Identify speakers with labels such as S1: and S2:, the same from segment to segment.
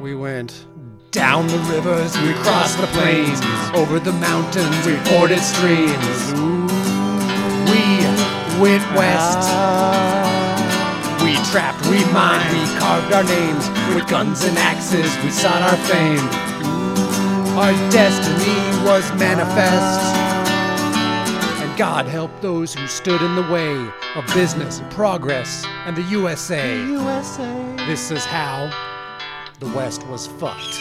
S1: We went.
S2: Down the rivers, we crossed the plains, over the mountains, we forded streams. We went west,
S1: Um,
S2: we trapped, we mined, we carved our names with guns and axes, we sought our fame. Our destiny was manifest, and God helped those who stood in the way of business and progress and the USA.
S1: USA.
S2: This is how the West was fucked.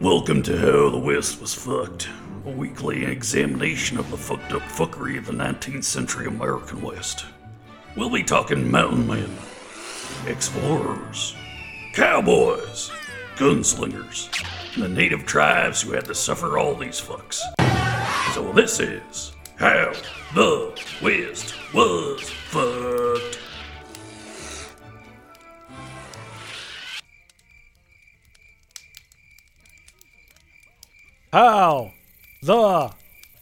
S3: Welcome to How the West Was Fucked, a weekly examination of the fucked up fuckery of the 19th century American West. We'll be talking mountain men, explorers, cowboys, gunslingers, and the native tribes who had to suffer all these fucks. So this is How the West Was Fucked.
S4: How the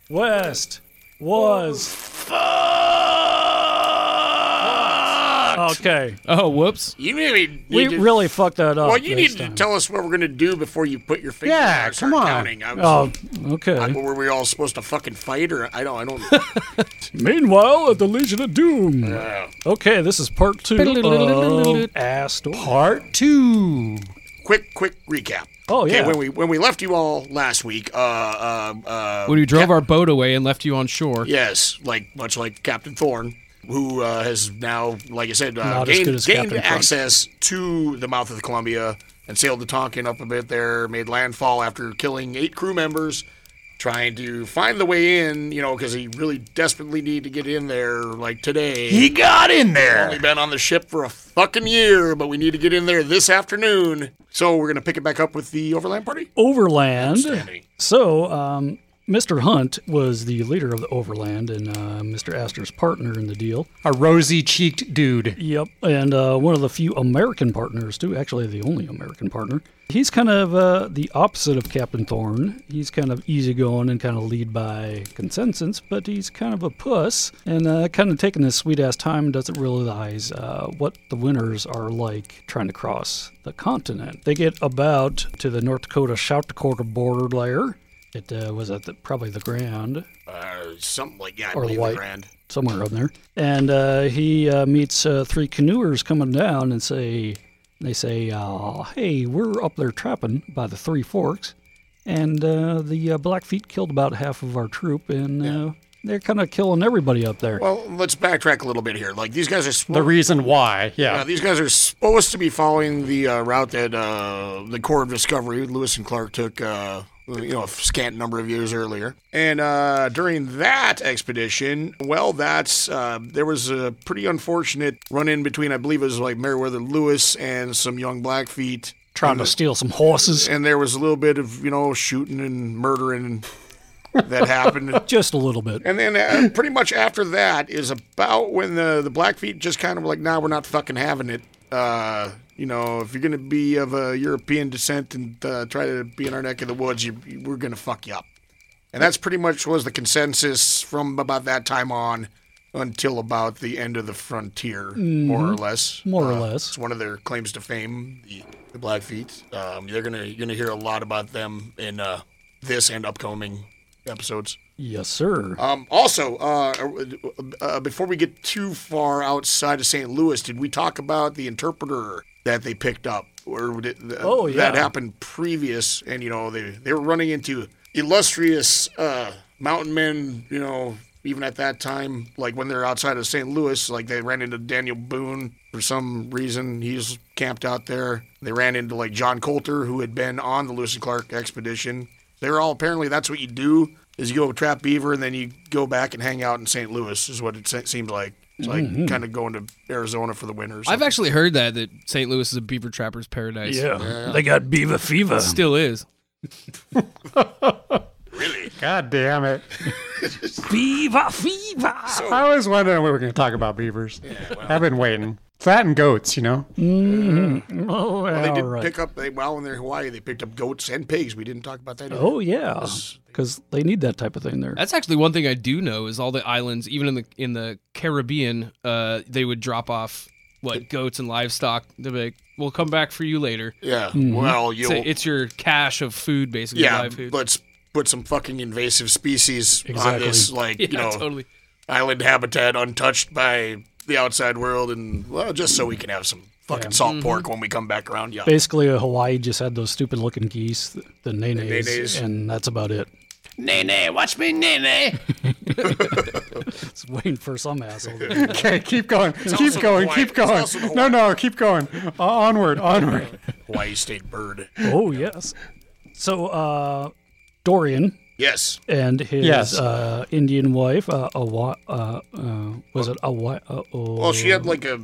S4: West was fucked. Okay,
S5: Oh, whoops.
S6: You really need
S4: we
S6: to,
S4: really fucked that up.
S6: Well, you
S4: this
S6: need
S4: time.
S6: to tell us what we're gonna do before you put your finger.
S1: Yeah,
S6: down and start
S1: come on.
S6: Counting. I was,
S4: Oh, okay.
S6: were we all supposed to fucking fight, or I don't, I don't.
S4: Meanwhile, at the Legion of Doom. Okay, this is part two of Astor.
S2: Part two.
S6: quick, quick recap.
S4: Oh,
S6: Okay,
S4: yeah.
S6: when we when we left you all last week, uh, uh, uh,
S5: When we drove our boat away and left you on shore.
S6: yes, like much like Captain Thorne, who uh, has now, like I said, uh,
S4: Not as
S6: gained,
S4: good as
S6: gained
S4: Captain Crunch.
S6: access to the mouth of the Columbia and sailed the Tonkin up a bit there, made landfall after killing eight crew members, trying to find the way in, you know, because he really desperately needed to get in there, like today.
S2: He got in
S6: Only
S2: there.
S6: been on the ship for a fucking year, but we need to get in there this afternoon. So we're gonna pick it back up with the overland party.
S4: Overland.
S6: Outstanding.
S4: So, um, Mr. Hunt was the leader of the Overland and uh, Mr. Astor's partner in the deal.
S2: A rosy cheeked dude.
S4: Yep, and uh, one of the few American partners too. Actually, the only American partner. He's kind of uh, the opposite of Captain Thorne. He's kind of easygoing and kind of lead by consensus, but he's kind of a puss and uh, kind of taking his sweet ass time. and Doesn't realize uh, what the winters are like trying to cross the continent. They get about to the North Dakota South Dakota border there. It uh, was at the, probably the Grand
S6: Uh, something like yeah, I
S4: Or the
S6: believe
S4: white.
S6: the grand.
S4: somewhere up there. And uh, he uh, meets uh, three canoers coming down and say, they say, uh, hey, we're up there trapping by the Three Forks, and uh, the uh, Blackfeet killed about half of our troop, and uh, they're kind of killing everybody up there.
S6: Well, let's backtrack a little bit here. Like these guys are spo-
S2: The reason why.
S6: yeah,
S2: Yeah.
S6: these guys are supposed to be following the uh, route that uh, the Corps of Discovery, Lewis and Clark took. Uh, you know, a scant number of years earlier, and uh, during that expedition, well, that's uh, there was a pretty unfortunate run-in between, I believe, it was like Meriwether Lewis and some young Blackfeet
S4: Trying to steal some horses.
S6: and there was a little bit of you know shooting and murdering that happened.
S4: Just a little bit.
S6: And then uh, pretty much after that is about when the the Blackfeet just kind of like, nah, we're not fucking having it. Uh, you know, if you're gonna be of a European descent and uh, try to be in our neck of the woods, you, you- we're gonna fuck you up. And that's pretty much was the consensus from about that time on until about the end of the frontier, more or less.
S4: Mm-hmm. More or
S6: Uh,
S4: less.
S6: It's one of their claims to fame, the, the Blackfeet. Um, you're gonna you're gonna hear a lot about them in uh, this and upcoming episodes.
S4: Yes, sir.
S6: Um, also, uh, uh, before we get too far outside of St. Louis, did we talk about the interpreter that they picked up, or did,
S4: Oh, yeah.
S6: that happened previous? And you know they they were running into illustrious uh, mountain men. You know, even at that time, like when they're outside of St. Louis, like they ran into Daniel Boone for some reason. He's camped out there. They ran into like John Coulter, who had been on the Lewis and Clark expedition. They were all apparently that's what you do is you go trap beaver and then you go back and hang out in St. Louis is what it se- seemed like. It's like kind of going to Arizona for the winter. or
S5: I've
S6: something.
S5: actually heard that that St. Louis is a beaver trapper's paradise.
S4: they got beaver fever.
S5: Still is.
S1: God damn it.
S4: Beaver fever.
S1: I was wondering what we were going to talk about beavers. I've been waiting. It's that and goats, you know?
S4: Oh,
S6: Well, they
S4: all
S6: did
S4: right.
S6: pick up they, while in their Hawaii they picked up goats and pigs. We didn't talk about that. either.
S4: oh yeah, because they need that type of thing there.
S5: That's actually one thing I do know is all the islands, even in the in the Caribbean, uh, they would drop off what goats and livestock. They're like, "We'll come back for you later."
S6: Yeah. Well, you'll.
S5: So it's your cache of food, basically.
S6: yeah.
S5: live food.
S6: Let's put some fucking invasive species on
S4: Exactly.
S6: this, like
S5: yeah,
S6: you know,
S5: totally.
S6: island habitat untouched by the outside world, and well, just so we can have some fucking salt pork when we come back around. Yeah.
S4: Basically, uh, Hawaii just had those stupid looking geese, th- the nays,
S6: nays.
S4: and that's about it.
S2: Nay, nay, watch me, nay, nay.
S4: It's waiting for some asshole. to-
S1: Okay, keep going. keep
S6: also
S1: going.
S6: Hawaii.
S1: Keep going.
S6: It's also
S1: No, no, keep going. O- onward, onward.
S6: Hawaii State bird.
S4: oh, yes. So, uh, Dorian
S6: Yes.
S4: and his
S1: Yes.
S4: uh, Indian wife, uh, Awa, uh, uh, was it Awa? Uh, oh,
S6: Well, she had like a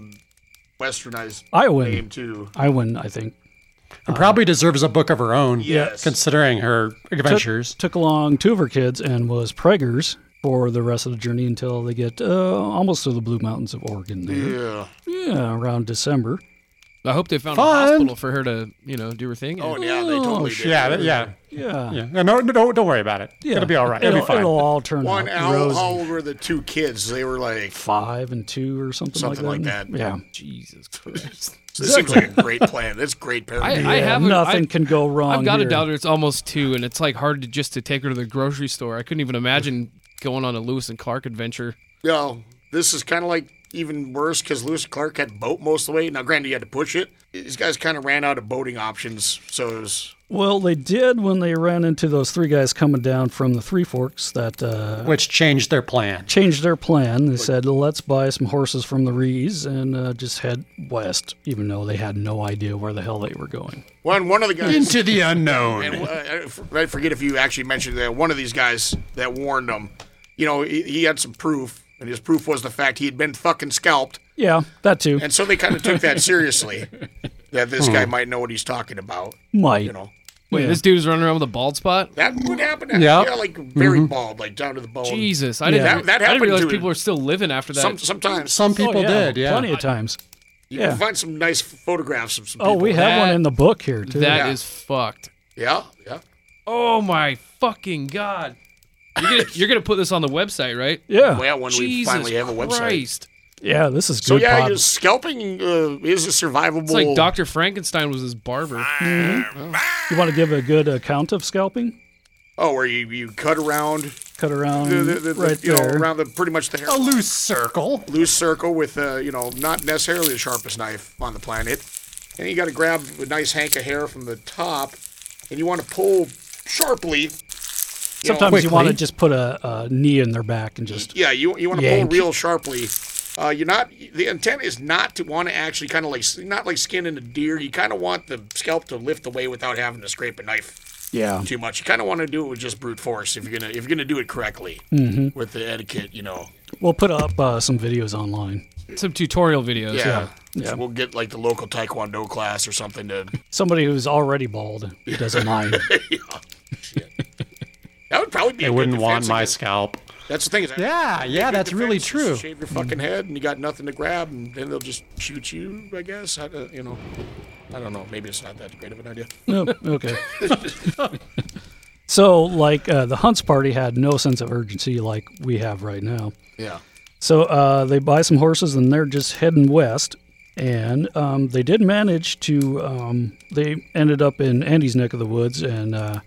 S6: westernized name
S4: Iowan.
S6: too.
S4: Iowan, I think.
S1: And probably deserves a book of her own.
S6: Yes.
S1: Considering her adventures.
S4: Took along two of her kids and was preggers for the rest of the journey until they get uh, almost to the Blue Mountains of Oregon. There.
S6: Yeah.
S4: Yeah, around December.
S5: I hope they found
S1: Fun.
S5: a hospital for her to, you know, do her thing.
S6: Oh, yeah, they totally did.
S1: Yeah, that- yeah,
S4: Yeah.
S1: yeah. No, no, no, don't worry about it.
S4: Yeah.
S1: It'll be all right. It'll, be fine.
S4: It'll all turn
S6: One,
S4: out
S6: how,
S4: rosy.
S6: how old were the two kids? They were like,
S4: Five and two or something,
S6: Something
S4: like
S6: like
S4: that.
S6: that.
S4: Yeah.
S5: Jesus Christ.
S6: this seems like a great plan. That's great
S5: I,
S6: parenting.
S5: I have a-
S4: Nothing
S5: I-
S4: can go wrong.
S5: I've got
S4: here.
S5: a daughter. It's almost two, and it's like hard to just to take her to the grocery store. I couldn't even imagine going on a Lewis and Clark adventure.
S6: no, this is kind of like even worse because Lewis Clark had boat most of the way. Now, granted, he had to push it. These guys kind of ran out of boating options. So it was,
S4: Well, they did when they ran into those three guys coming down from the Three Forks that uh,
S1: Which changed their plan.
S4: changed their plan. They said, let's buy some horses from the Rees and uh, just head west, even though they had no idea where the hell they were going.
S6: one, one of the guys.
S1: Into the unknown.
S6: And, uh, I f- I forget if you actually mentioned that one of these guys that warned him, you know, he, he had some proof, and his proof was the fact he had been fucking scalped.
S4: Yeah, that too.
S6: And so they kind of took that seriously that this
S5: Hmm.
S6: guy might know what he's talking about.
S5: Mm.
S4: Might.
S6: You know,
S5: Wait,
S4: Yeah.
S5: this dude is running around with a bald spot.
S6: that would happen. to-
S1: Yeah.
S6: Yeah, like very bald, like down to the bone.
S5: Mm-hmm. Jesus, I didn't.
S4: Yeah.
S5: re-
S6: That- that
S5: I didn't
S6: happened
S5: realize
S6: to him.
S5: people are still living after that.
S6: Some, sometimes
S1: Some
S4: Oh,
S1: people did, yeah.
S4: Plenty of times.
S6: you
S4: yeah.
S6: can find some nice photographs of some
S4: Oh,
S6: people.
S4: we have one
S5: That-
S4: in the book here, too.
S5: That is
S6: Yeah.
S5: fucked.
S6: yeah, yeah.
S5: Oh my fucking god! You're gonna, you're gonna put this on the website, right?
S4: yeah.
S6: Well, when we
S5: Jesus
S6: finally have a website.
S5: Christ!
S4: yeah, this is good.
S6: So yeah,
S4: pod.
S6: your scalping uh, is a survivable.
S5: It's like Doctor Frankenstein was his barber.
S4: You want to give a good account of scalping?
S6: Oh, where you, you cut around
S4: Cut around
S6: the, the, the, the-
S4: right
S6: you know,
S4: there. Oh,
S6: around the pretty much the hair,
S1: A loose circle.
S6: loose circle with uh, you know not necessarily the sharpest knife on the planet, and you got to grab a nice hank of hair from the top, and you want to pull sharply. you know,
S4: Sometimes you want to
S1: quickly.
S4: just put a, a knee in their back and just
S6: Yeah, you you want to pull
S4: Yank.
S6: real sharply. Uh, you're not. The intent is not to want to actually kind of like not like skinning a deer. You kind of want the scalp to lift away without having to scrape a knife
S4: yeah.
S6: too much. You kind of want to do it with just brute force if you're gonna if you're gonna do it correctly
S1: Mm-hmm.
S6: with the etiquette. You know.
S4: We'll put up uh, some videos online.
S5: Some tutorial videos.
S6: Yeah.
S4: Yeah.
S6: We'll get like the local taekwondo class or something to.
S4: Somebody who's already bald who doesn't mind.
S6: That would probably be.
S1: They
S6: a good
S1: wouldn't want
S6: defense
S1: my
S6: against-
S1: scalp.
S6: That's the thing. Is
S1: Yeah, yeah, that's really true.
S6: Shave your fucking head, and you got nothing to grab, and then they'll just shoot you. I guess. I, don't- you know. I don't know. Maybe it's not that great of an idea.
S4: No, Oh, okay. so, like, uh, the Hunts party had no sense of urgency like we have right now.
S6: Yeah.
S4: So uh, they buy some horses and they're just heading west. And um, they did manage to, um, they ended up in Andy's neck of the woods and uh,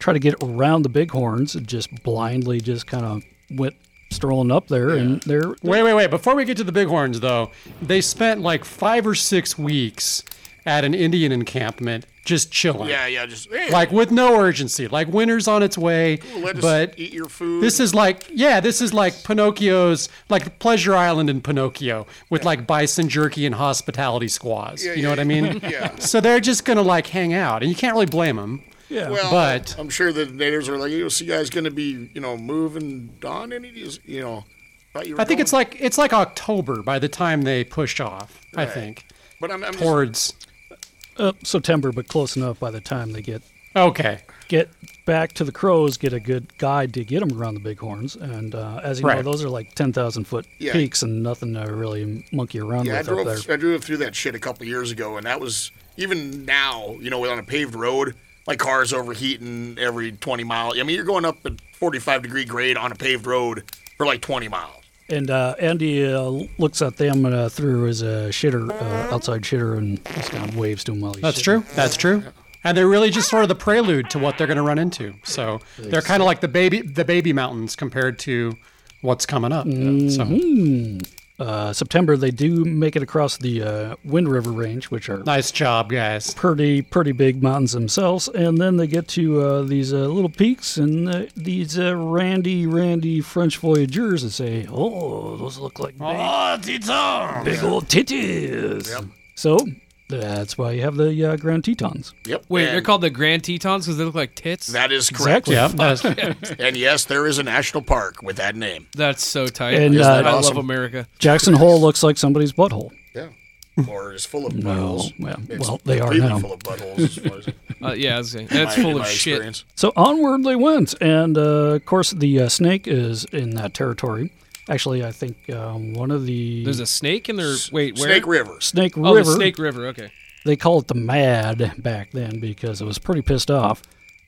S4: try to get around the bighorns and just blindly just kind of went strolling up there. And they're,
S1: Wait, wait, wait. Before we get to the bighorns, though, they spent like five or six weeks at an Indian encampment just chilling.
S6: Yeah. Yeah. Just hey,
S1: Like with no urgency, like winter's on its way.
S6: Let us
S1: but
S6: eat your food.
S1: this is like, yeah, this is like Pinocchio's, like Pleasure Island in Pinocchio with like bison jerky and hospitality squaws. you know what I mean?
S6: yeah.
S1: So they're just going to like hang out, and you can't really blame them.
S4: yeah.
S6: well,
S1: but-
S6: I'm sure the natives are like, "You see, guys, going to be you know moving on any of these, you know." thought you were
S1: I think
S6: going."
S1: it's like it's like October by the time they push off. I think
S6: But I'm, I'm just-
S1: towards
S4: uh, September, but close enough by the time they get
S1: okay.
S4: get back to the crows, get a good guide to get them around the bighorns. And uh, as you know,
S1: Right.
S4: those are like 10,000 foot
S6: Yeah.
S4: peaks and nothing to really monkey around
S6: Yeah, I
S4: with up there.
S6: drove, I drove through that shit a couple years ago, and that was even now, you know, on a paved road, my car's overheating every 20 mile. I mean, you're going up at 45 degree grade on a paved road for like 20 miles.
S4: And uh, Andy uh, looks at them uh, through his uh, shitter, uh, outside shitter, and just kind of waves to him while he's
S1: That's
S4: shitting.
S1: true. That's true. And they're really just sort of the prelude to what they're going to run into. So they're kind of like the baby, the baby mountains compared to what's coming up. So
S4: Uh, September, they do make it across the uh, Wind River Range, which are
S1: nice job, guys.
S4: pretty pretty big mountains themselves, and then they get to uh, these uh, little peaks and uh, these uh, randy randy French voyageurs that say, "Oh, those look like big, big old titties." So that's why you have the uh, Grand Tetons.
S6: Yep.
S5: Wait,
S6: and
S5: they're called the Grand Tetons because they look like tits.
S6: That is correct.
S1: Yeah, that's-
S6: And yes, there is a national park with that name.
S5: That's so tight.
S4: And, Isn't
S6: that
S5: I
S6: uh, awesome?
S5: love America.
S4: Jackson Hole looks like somebody's butthole.
S6: Yeah. Or is full of
S4: No,
S6: buttholes.
S4: well,
S6: It's
S4: well they are
S6: completely
S4: now.
S6: full of buttholes. As far as
S5: Uh, yeah, I was saying,
S6: my-
S5: that's
S6: in
S5: full of
S6: my
S5: shit.
S6: experience.
S4: So onward they went, and uh, of course the uh, snake is in that territory. Actually, I think um, one of the
S5: There's a snake in there. Wait, where?
S6: Snake River.
S4: Snake
S5: Oh,
S4: River.
S5: the Snake River. Okay.
S4: they call it the Mad back then because it was pretty pissed off.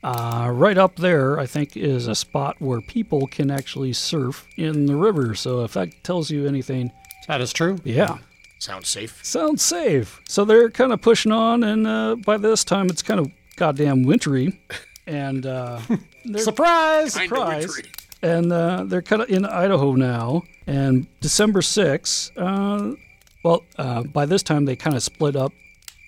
S4: Uh, right up there, I think, is a spot where people can actually surf in the river. So if that tells you anything,
S1: that is true.
S4: yeah,
S6: Sounds safe.
S4: sounds safe. So they're kind of pushing on, and uh, by this time it's kind of goddamn wintry, and uh,
S1: Surprise!
S6: Kind of
S4: surprise.
S6: wintry.
S4: and uh, they're kind of in Idaho now. And December 6th, uh, well, uh, by this time they kind of split up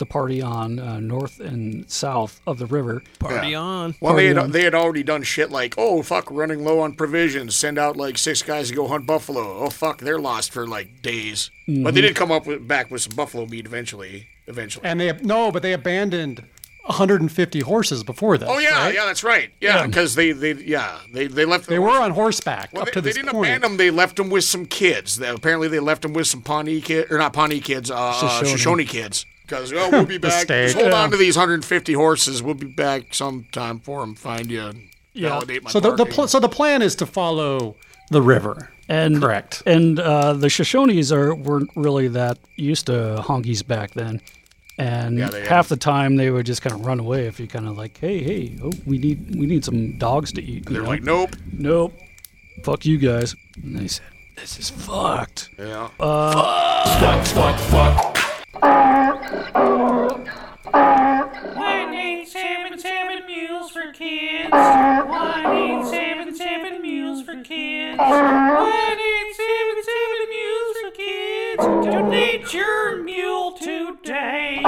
S4: the party on uh, north and south of the river.
S5: Party on.
S6: Well, they
S4: Party on.
S6: had, they had already done shit like, oh, fuck, running low on provisions. Send out like six guys to go hunt buffalo. Oh, fuck, they're lost for like days. But they did come up with, back with some buffalo meat eventually. Eventually.
S1: And they no, but they abandoned 150 horses before this.
S6: oh, yeah,
S1: right?
S6: yeah, that's right. Yeah, because they, they, yeah, they, they left.
S1: They were on horseback
S6: Well,
S1: up
S6: they,
S1: to
S6: they
S1: this
S6: didn't
S1: point.
S6: abandon them. They left them with some kids. They, apparently, they left them with some Pawnee kids, or not Pawnee kids, uh, Shoshone.
S4: Shoshone.
S6: Shoshone kids. Because oh, we'll be back. Just
S1: Mistake.
S6: hold
S1: Yeah.
S6: on to these 150 horses. We'll be back sometime for them. Find you. And Validate my
S1: So the, the
S6: parking.
S1: pl- so the plan is to follow the river.
S4: And,
S1: Correct.
S4: And uh, the Shoshones are weren't really that used to honkies back then. And
S6: they
S4: half the time they would just kind of run away if you kind of like, hey, hey, oh, we need we need some dogs to eat. you
S6: They're
S4: know?
S6: like, nope.
S4: nope, fuck you guys. And they said, this is fucked.
S6: Yeah.
S7: One eight seven seven meals for kids. One eight seven seven meals for kids. One eight seven seven meals for kids. Donate your mule today.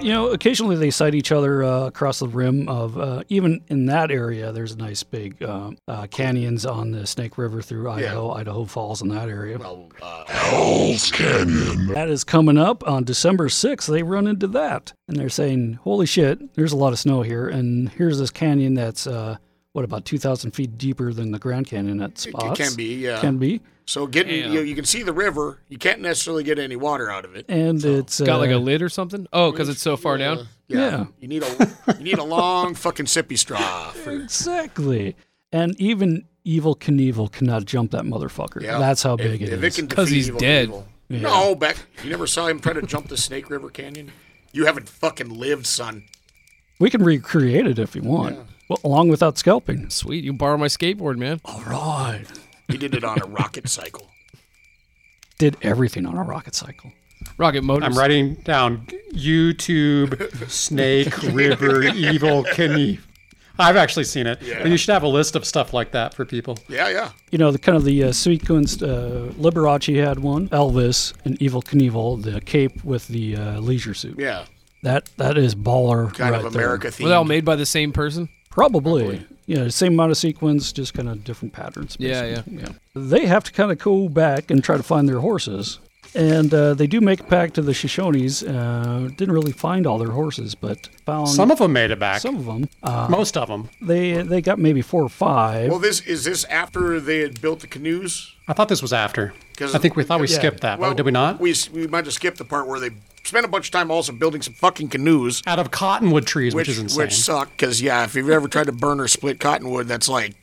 S4: You know, occasionally they sight each other uh, across the rim of, uh, even in that area, there's nice big uh, uh, canyons on the Snake River through Idaho, Idaho Falls in that area.
S6: uh,
S4: That is coming up on December 6th. They run into that and they're saying, Holy shit, there's a lot of snow here. And here's this canyon that's, uh, what, about 2,000 feet deeper than the Grand Canyon at spots?
S6: can be, yeah.
S4: Can be.
S6: So getting you, you can see the river. You can't necessarily get any water out of it.
S4: And it's. Uh,
S5: Got like a lid or something? Oh, because it's so far down.
S4: Yeah.
S6: You need a you need a long fucking sippy straw. For,
S4: Exactly. And even Evil Knievel cannot jump that motherfucker.
S6: yeah.
S4: That's how
S6: If-
S4: big it
S6: if
S4: is.
S6: can
S5: 'Cause
S6: defeat
S5: he's
S6: evil,
S5: dead.
S6: evil. No, Beck. You never saw him try to jump the Snake River Canyon. You haven't fucking lived, son.
S4: we can recreate it if you want, well, along without scalping.
S5: Sweet. You can borrow my skateboard, man.
S4: All right.
S6: He did it on a rocket cycle.
S4: Did everything on a rocket cycle.
S5: Rocket motors.
S1: I'm writing down YouTube Snake River Evil Knievel. I've actually seen it, but you should have a list of stuff like that for people.
S6: Yeah, yeah.
S4: you know, the kind of the uh, sequenced. Uh, Liberace had one, Elvis, and Evil Knievel, the cape with the uh, leisure suit.
S6: Yeah.
S4: That that is baller.
S6: Kind
S4: right
S6: of
S4: there.
S6: America
S5: Were they all
S6: themed.
S5: made by the same person?
S4: Probably. Yeah, same amount of sequence, just kind of different patterns.
S5: Yeah, yeah.
S4: basically. They have to kind of go back and try to find their horses. And uh, they do make it back to the Shoshones. Uh, didn't really find all their horses, but found
S1: Some of them made it back.
S4: some of them. Uh,
S1: Most of them.
S4: they they got maybe four or five.
S6: Well, this is this after they had built the canoes.
S1: I thought this was after.
S6: 'Cause-
S1: I think we thought we
S4: Yeah.
S1: skipped that,
S6: Well,
S1: but did we not?
S6: We s- we might have skipped the part where they spent a bunch of time also building some fucking canoes,
S1: Out of cottonwood trees, which,
S6: which
S1: is insane.
S6: which suck because yeah, if you've ever tried to burn or split cottonwood, that's like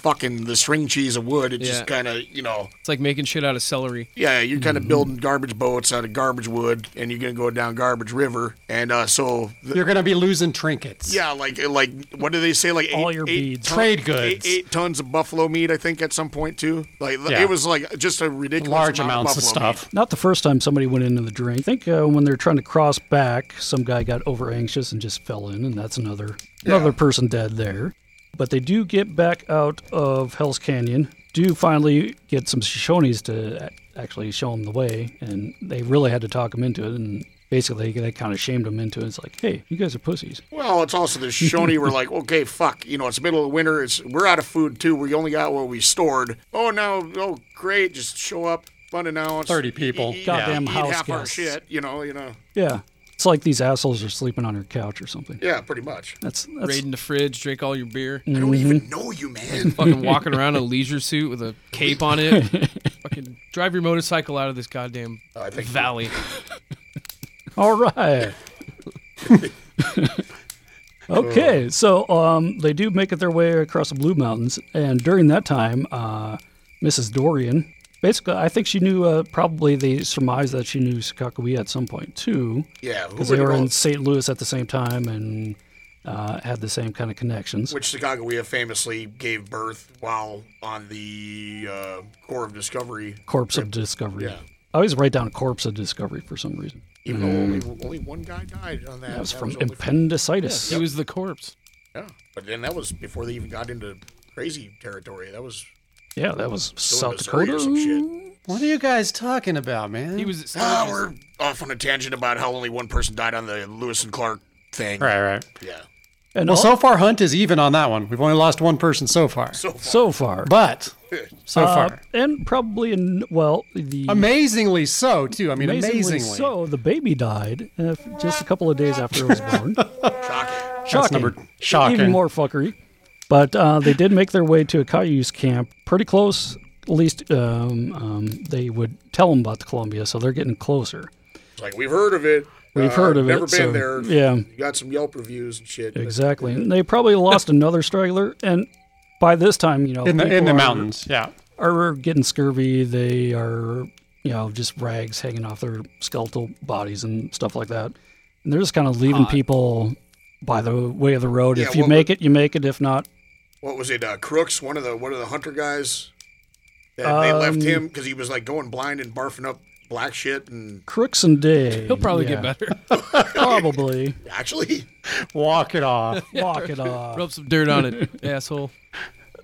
S6: fucking the string cheese of wood. It's
S5: Yeah.
S6: just kind of, you know,
S5: It's like making shit out of celery.
S6: yeah, you're kind of building garbage boats out of garbage wood, and you're gonna go down garbage river, and uh, so the,
S1: You're going to be losing trinkets.
S6: yeah, like like what do they say? Like eight,
S4: All your
S6: eight
S4: beads.
S6: ton-
S1: Trade
S6: eight-
S1: goods.
S6: eight, tons of buffalo meat, I think, at some point too. Like
S1: Yeah.
S6: it was like just a ridiculous
S1: Large
S6: amount
S1: amounts of
S6: buffalo meat.
S1: stuff.
S4: Not the first time somebody went into the drink. I think uh, when they're trying to cross back, some guy got over anxious and just fell in, and that's another another person dead there. But they do get back out of Hell's Canyon. Do finally get some Shoshones to a- actually show them the way, and they really had to talk them into it. And basically, they kind of shamed them into it. It's like, hey, you guys are pussies.
S6: Well, it's also the Shoney were like, okay, fuck, you know, it's middle of winter. It's we're out of food too. We only got what we stored. Oh no, oh great, just show up, unannounced.
S1: 30 people.
S6: Eat,
S4: Goddamn
S6: eat
S4: house
S6: half our
S4: guests.
S6: shit. You know, you know.
S4: Yeah, it's like these assholes are sleeping on her couch or something.
S6: Yeah, pretty much.
S4: That's that's
S5: Raiding the fridge, drink all your beer.
S6: I don't even know you, man.
S5: Fucking walking around in a leisure suit with a cape on it. Fucking drive your motorcycle out of this goddamn
S6: I think
S5: valley.
S4: All right.
S6: Oh.
S4: okay, so um, they do make it their way across the Blue Mountains, and during that time, uh, Mrs. Dorian, basically, I think she knew. Uh, probably they surmised that she knew Sakakawea at some point too,
S6: Yeah, who
S4: because
S6: would
S4: they were
S6: have
S4: in
S6: known?
S4: St. Louis at the same time and uh, had the same kind of connections.
S6: Which Sacagawea famously gave birth while on the uh, Corps of Discovery,
S4: Corpse of Discovery.
S6: Yeah.
S4: I always write down Corpse of Discovery for some reason.
S6: even though only, only one guy died on that.
S4: Mm. That was
S6: That
S4: from
S6: was only-
S4: appendicitis.
S5: He was the corpse.
S6: yeah. But then that was before they even got into crazy territory. That was
S4: yeah, that was
S6: still in
S4: South
S6: Missouri
S4: Dakota.
S6: or some shit.
S1: What are you guys talking about, man?
S5: He was.
S6: Ah, we're off on a tangent about how only one person died on the Lewis and Clark thing.
S1: right, right.
S6: Yeah.
S4: And
S1: Well,
S4: al-
S1: so far Hunt is even on that one. We've only lost one person so far.
S6: So far.
S4: so far,
S1: But so
S4: Uh,
S1: far,
S4: and probably in well the
S1: amazingly so too. I mean, amazingly,
S4: so the baby died uh, just a couple of days after it was born.
S6: shocking.
S1: That's
S4: shocking,
S1: number shocking.
S4: even more fuckery. But uh, they did make their way to a Cayuse camp, pretty close. At least um, um, they would tell them about the Columbia, so they're getting closer.
S6: It's like we've heard of it.
S4: We've
S6: uh,
S4: heard of
S6: never
S4: it.
S6: Never been
S4: so,
S6: there.
S4: Yeah,
S6: You got some Yelp reviews and shit. but-
S4: exactly. And they probably lost another straggler, and by this time, you know,
S1: in the in
S4: people
S1: the
S4: are-
S1: mountains. Yeah,
S4: are getting scurvy. They are, you know, just rags hanging off their skeletal bodies and stuff like that. And they're just kind of leaving people by the way of the road.
S6: Yeah,
S4: if you
S6: what
S4: make it, you make it. If not,
S6: What was it? Uh, Crooks, one of the one of the hunter guys. That they left him because he was like going blind and barfing up black shit. And
S4: crooks and day.
S5: He'll probably
S4: yeah,
S5: get better.
S4: Probably
S6: actually,
S1: walk it off.
S4: walk it off.
S5: Rub some dirt on it, asshole.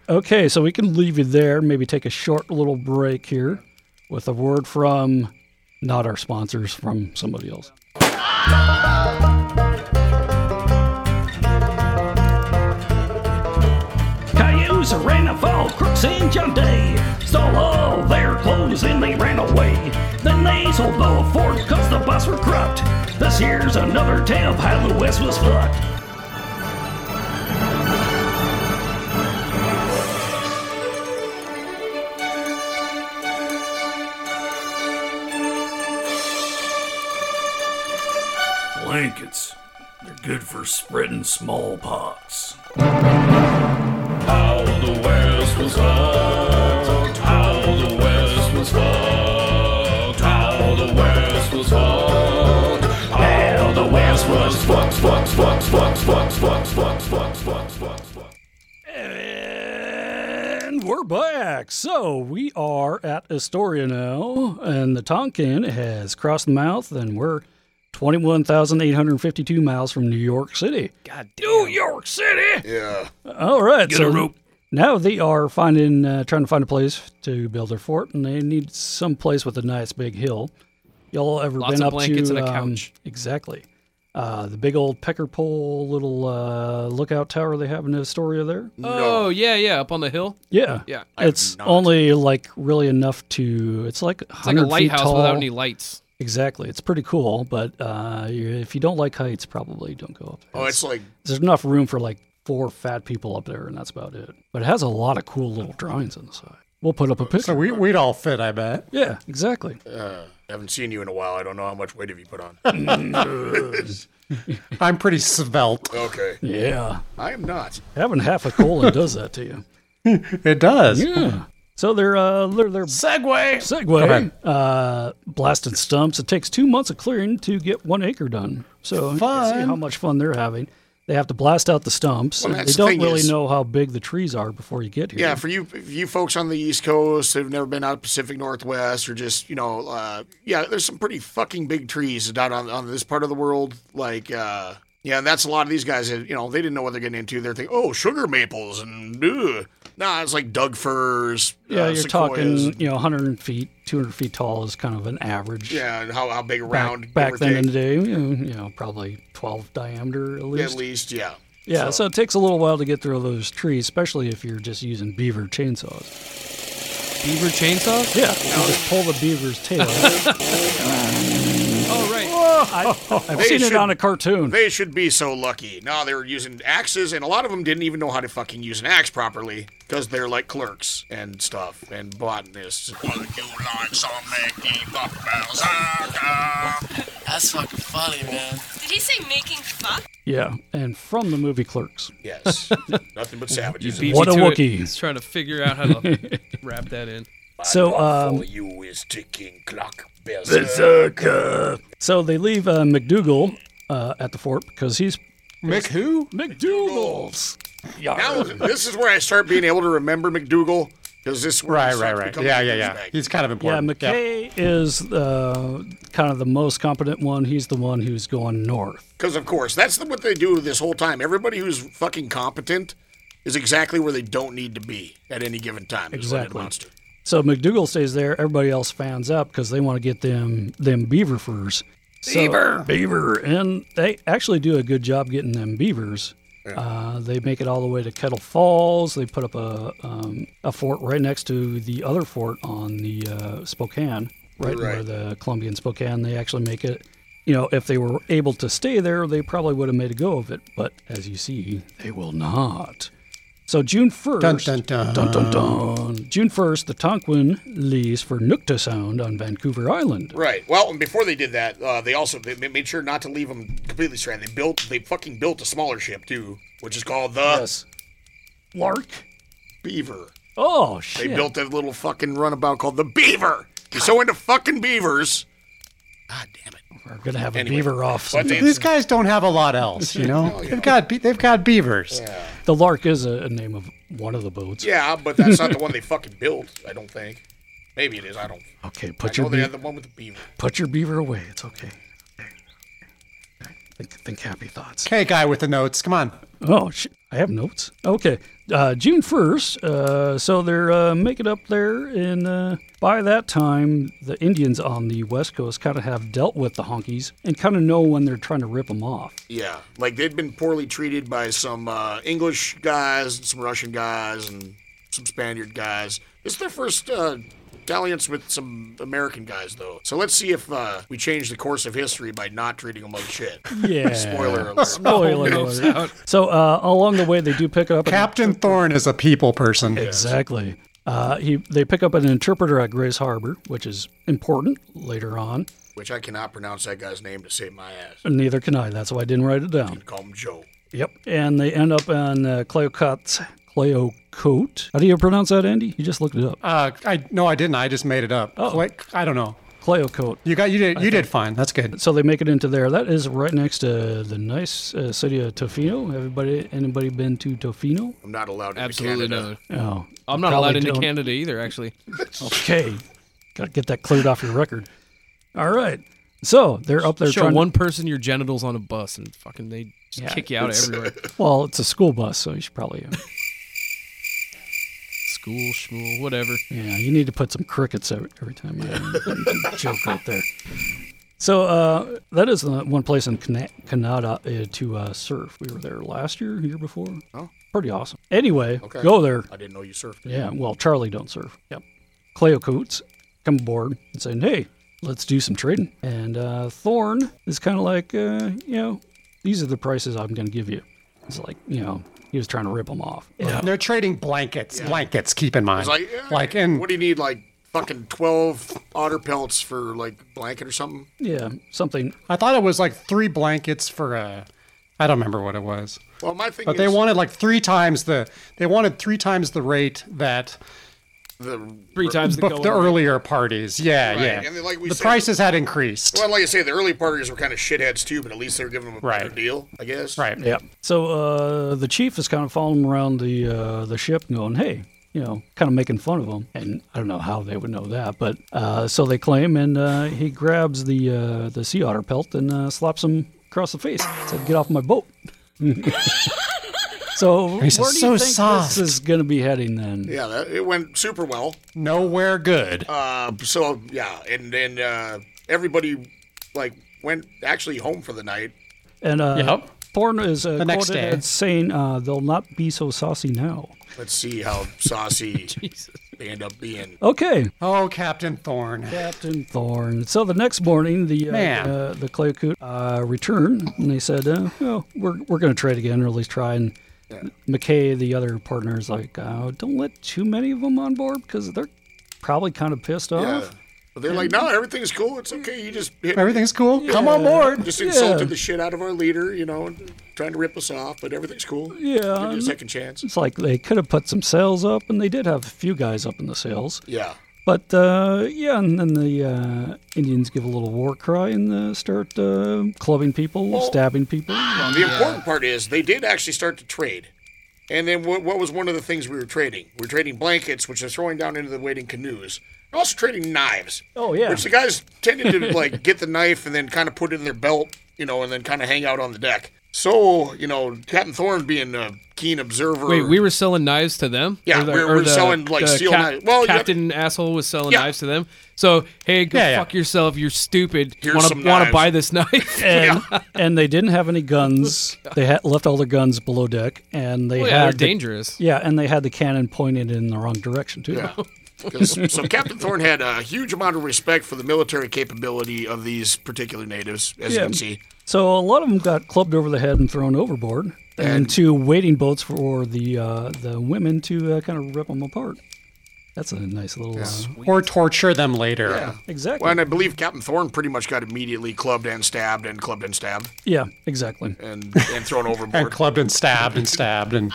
S4: Okay, so we can leave you there. Maybe take a short little break here with a word from not our sponsors, from somebody else.
S8: Cayuse ran a fall, crooks and John Day stole all their clothes and they ran away. Then they sold the fort cause the boss were corrupt. This here's another tale of how the West was fucked.
S3: Blankets. They're good for spreading smallpox.
S8: How the West was fucked. How the West was fucked. How the West was fucked. How the West was fucked, fucked, fucked, fucked, fucked, fucked, fucked, fucked, fucked, fucked, fucked.
S4: And we're back. So we are at Astoria now, and the Tonkin has crossed the mouth, and we're 21,852 miles from New York City.
S5: God damn.
S8: York City!
S6: yeah.
S4: All right. so
S3: a rope.
S4: Now they are finding, uh, trying to find a place to build their fort, and they need some place with a nice big hill. Y'all ever
S5: Lots
S4: been
S5: of
S4: up
S5: blankets
S4: to
S5: and a
S4: um,
S5: couch.
S4: exactly uh, the big old pecker pole little uh, lookout tower they have in Astoria there?
S5: Oh yeah, yeah, up on the hill.
S4: Yeah.
S5: Yeah.
S4: It's only like really enough to. It's like
S5: It's like a
S4: 100 feet
S5: lighthouse
S4: tall.
S5: without any lights.
S4: Exactly. It's pretty cool, but uh, you if you don't like heights, probably don't go up there.
S6: Oh, it's like
S4: There's enough room for like four fat people up there, and that's about it. But it has a lot of cool little drawings on the side. We'll put up a picture.
S1: So we we'd all fit, I bet.
S4: yeah, exactly.
S6: I haven't seen you in a while. I don't know how much weight have you put on.
S1: I'm pretty svelte.
S6: okay.
S4: Yeah.
S6: I am not.
S4: Having half a colon does that to you.
S1: It does.
S4: Yeah. So they're uh, they're, they're
S5: Segway.
S4: Segway
S1: ahead.
S4: uh, blasted stumps. It takes two months of clearing to get one acre done. So you can see
S1: Fun.
S4: how much fun they're having. They have to blast out the stumps.
S6: Well,
S4: and they
S6: that's the
S4: don't
S6: thing
S4: really
S6: is-
S4: know how big the trees are before you get here.
S6: Yeah, for you if you folks on the East Coast who've never been out Pacific Northwest or just you know, uh, yeah, there's some pretty fucking big trees down on, on this part of the world. Like, uh, yeah, that's a lot of these guys. That, you know, they didn't know what they're getting into. They're thinking, oh, sugar maples and ugh. nah, it's like Doug firs.
S4: Yeah,
S6: uh,
S4: you're
S6: sequoias.
S4: talking, you know, 100 feet, 200 feet tall is kind of an average.
S6: Yeah, and how how big
S4: Back,
S6: around
S4: back then in the day, you know, you know, probably 12 diameter at least.
S6: at least, yeah.
S4: yeah, so. it takes a little while to get through those trees, especially if you're just using beaver chainsaws.
S5: Beaver chainsaws.
S4: Yeah, you just pull the beaver's tail.
S5: Oh right.
S4: I've seen
S6: should-
S4: it on a cartoon.
S6: They should be so lucky. No, they were using axes, and a lot of them didn't even know how to fucking use an axe properly because they're like clerks and stuff and botanists.
S9: That's fucking funny, man.
S10: Did he say making fuck?
S4: yeah, and from the movie Clerks.
S6: Yes, nothing but savages.
S5: Beat me
S4: What a
S5: to it.
S4: Wookiee.
S5: He's trying to figure out how to wrap that in.
S4: So, um,
S6: you is ticking clock bells.
S4: so they leave uh, McDougal uh, at the fort because he's
S1: Mick who?
S4: McDougal's.
S6: Now this is where I start being able to remember McDougal because this is where he
S1: Right, right,
S6: starts
S1: right.
S6: becoming
S1: Yeah,
S6: a
S1: yeah, yeah.
S6: douchebag.
S1: He's kind of
S4: Yeah,
S1: important.
S4: McKay is uh, kind of the most competent one. He's the one who's going north.
S6: Because of course, that's the- what they do this whole time. Everybody who's fucking competent is exactly where they don't need to be at any given time. is what it
S4: Exactly.
S6: amounts to.
S4: So McDougal stays there. Everybody else fans up because they want to get them them beaver furs. beaver, beaver, and they actually do a good job getting them beavers. Uh, they make it all the way to Kettle Falls. They put up a um, a fort right next to the other fort on the uh, Spokane, right, where
S6: Right.
S4: the Columbia and Spokane. They actually make it. You know, if they were able to stay there, they probably would have made a go of it. But as you see, they will not. So June first,
S1: Dun, dun, dun.
S4: Dun, dun, dun. Um, June 1st, the Tonquin leaves for Nookta Sound on Vancouver Island.
S6: Right. Well, and before they did that, uh, they also they they made sure not to leave them completely stranded. They built they fucking built a smaller ship too, which is called the
S4: Lark?
S6: Beaver.
S4: Oh,
S6: They
S4: shit.
S6: built a little fucking runabout called the Beaver. You're so into fucking beavers. God damn it.
S4: We're going to have
S6: Anyway,
S4: a beaver off.
S6: But
S1: Yeah.
S6: they,
S1: These guys don't have a lot else, you know. They've got be- they've got beavers.
S4: The Lark is a, a name of one of the boats.
S6: yeah, but that's not the one they fucking built. I don't think. Maybe it is. I don't.
S4: Okay,
S6: I
S4: put
S6: know
S4: your,
S6: they
S4: be-
S6: had the one with the beaver.
S4: put your beaver away. It's okay. Think, think happy thoughts.
S1: Okay, guy with the notes. Come on.
S4: Oh, sh- I have notes. Okay, uh, June first. Uh, so they're uh, making up there, and uh, by that time, the Indians on the west coast kind of have dealt with the honkies and kind of know when they're trying to rip them off.
S6: Yeah, like they'd been poorly treated by some uh, English guys, and some Russian guys, and some Spaniard guys. It's their first uh, dalliance with some American guys, though. So let's see if uh, we change the course of history by not treating them like shit.
S4: Yeah.
S6: Spoiler alert.
S4: Spoiler alert. So uh, along the way, they do pick up. an-
S1: Captain Thorne is a people person.
S4: Exactly. Uh, he they pick up an interpreter at Grace Harbor, which is important later on.
S6: Which I cannot pronounce that guy's name to save my ass.
S4: Neither can I. That's why I didn't write it down.
S6: Call him Joe.
S4: Yep. And they end up on uh, Cleocote. Cleocote. How do you pronounce that, Andy? You just looked it up.
S1: Uh, I no, I didn't. I just made it up.
S6: Oh.
S1: Like I don't know.
S4: Cleocote.
S1: You got you did you did fine. That's good.
S4: So they make it into there. That is right next to the nice uh, city of Tofino. Everybody, anybody been to Tofino?
S6: I'm not allowed into
S5: Absolutely
S6: Canada.
S5: no.
S4: No.
S5: I'm not
S4: Probably
S5: allowed into
S4: don't.
S5: Canada either. Actually,
S4: Okay. Got to get that cleared off your record. All right. So they're up there
S5: show
S4: trying.
S5: one person your genitals on a bus and fucking they just
S4: Yeah,
S5: kick you out everywhere.
S4: well, it's a school bus, so you should probably. uh,
S5: School, schmool, whatever.
S4: Yeah, you need to put some crickets out every time I joke out there. So uh, that is the one place in Cana- Canada uh, to uh, surf. We were there last year, year before. Oh, pretty awesome. Anyway, go there.
S6: I didn't know you surfed.
S4: Yeah, well, Charlie don't surf. Yep. Cleo Coates come aboard and saying, "Hey, let's do some trading." And uh, Thorne is kind of like, uh, you know, these are the prices I'm going to give you. It's like, you know, he was trying to rip him off. Yeah.
S1: They're trading blankets. Blankets. Keep in mind.
S6: Oh. It's like, eh,
S1: like and
S6: what do you need? Like fucking 12 otter pelts for like blanket or something?
S4: Yeah, something
S1: I thought it was like three blankets for a I don't remember what it was.
S6: Well, my thing
S1: But
S6: is
S1: they wanted like three times the they wanted three times the rate that
S6: the
S5: Three times the,
S1: bef- the
S5: going-
S1: earlier parties. Yeah,
S6: Right,
S1: yeah.
S6: and then, like we
S1: the
S6: said-
S1: prices had increased.
S6: well, like I say, the early parties were kind of shitheads too, but at least they were giving them a better
S1: Right.
S6: deal, I guess.
S1: right.
S4: Yeah. So uh, the chief is kind of following around the uh, the ship, going, "Hey." You know, kind of making fun of him, and I don't know how they would know that, but uh, so they claim, and uh, he grabs the uh, the sea otter pelt and uh, slaps him across the face. Said, "Get off my boat!" so
S1: He says,
S4: where do you
S1: "So
S4: think
S1: soft."
S4: this is going to be heading then?
S6: Yeah, that, it went super well.
S1: Nowhere good.
S6: Uh, so yeah, and and uh, everybody like went actually home for the night.
S4: And uh,
S1: Yep.
S4: Thorne is uh,
S1: The next
S4: quoted
S1: day.
S4: as saying, uh, "They'll not be so saucy now."
S6: Let's see how saucy they end up being.
S4: Okay,
S1: oh, Captain Thorn.
S4: Captain Thorn. So the next morning, the uh,
S1: Man.
S4: uh, the Claycoot uh, returned, and they said, uh, "Well, we're we're going to trade again, or at least try." And McKay, the other partner, is like, uh, "Don't let too many of them on board because they're probably kind of pissed
S6: Yeah.
S4: off."
S6: But they're like, no, everything's cool. It's okay. You just hit,
S1: Everything's cool. Come on board.
S6: just insulted the shit out of our leader, you know, and trying to rip us off, but everything's cool.
S4: Yeah,
S6: Give you a second chance.
S4: It's like they could have put some sails up, and they did have a few guys up in the sails.
S6: Yeah.
S4: But uh, yeah, and then the uh, Indians give a little war cry and uh, start uh, clubbing people, stabbing people.
S6: The important part is they did actually start to trade. And then what, what was one of the things we were trading? We were trading blankets, which they're throwing down into the waiting canoes. And also trading knives.
S4: Oh, yeah.
S6: Which the guys tended to like get the knife and then kind of put it in their belt, you know, and then kind of hang out on the deck. So, you know, Captain Thorne being a keen observer.
S5: Wait, we were selling knives to them.
S6: Yeah, we're- we're selling, like, steel knives. Well, you-
S5: Captain asshole was selling
S6: Yeah.
S5: knives to them. So hey, go
S1: Yeah, yeah.
S5: fuck yourself. You're stupid.
S6: Here's
S5: wanna,
S6: some
S5: wanna
S6: knives.
S5: buy this knife?
S4: and, and they didn't have any guns. They had left all their guns below deck, and they
S5: Well, Oh, yeah,
S4: had
S5: they're
S4: the-
S5: dangerous.
S4: Yeah, and they had the cannon pointed in the wrong direction too.
S6: Yeah. 'Cause- so Captain Thorne had a huge amount of respect for the military capability of these particular natives, as you
S4: Yeah.
S6: can see.
S4: So a lot of them got clubbed over the head and thrown overboard, and two waiting boats for the uh, the women to uh, kind of rip them apart. That's a nice little uh,
S1: Or torture them later.
S4: exactly.
S6: Well, and I believe Captain Thorne pretty much got immediately clubbed and stabbed and clubbed and stabbed
S4: yeah, exactly.
S6: and, and thrown
S1: And
S6: overboard.
S1: clubbed and stabbed and stabbed and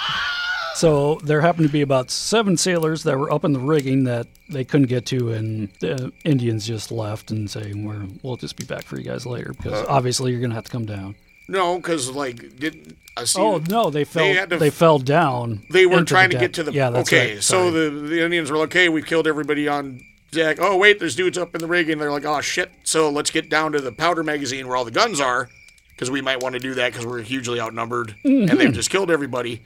S4: So there happened to be about seven sailors that were up in the rigging that they couldn't get to, and the Indians just left and saying, "We're we'll just be back for you guys later because
S6: Uh-huh.
S4: obviously you're gonna have to come down."
S6: no, because like didn't I see?
S4: Oh no, they fell.
S6: They
S4: They,
S6: had to-
S4: fell down.
S6: they were
S4: into the
S6: trying to
S4: deck.
S6: get to the.
S4: Yeah, that's
S6: okay,
S4: right. Sorry.
S6: so the, the Indians were like, "Okay, we've killed everybody on deck." Oh wait, there's dudes up in the rig, and they're like, "Oh shit!" So let's get down to the powder magazine where all the guns are, because we might want to do that because we're hugely outnumbered, and
S4: Mm-hmm.
S6: they've just killed everybody.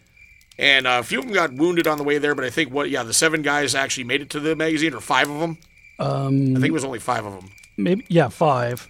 S6: And uh, a few of them got wounded on the way there, but I think what? Yeah, the seven guys actually made it to the magazine, or five of them. Um, I think it was only five of them.
S4: maybe yeah, five,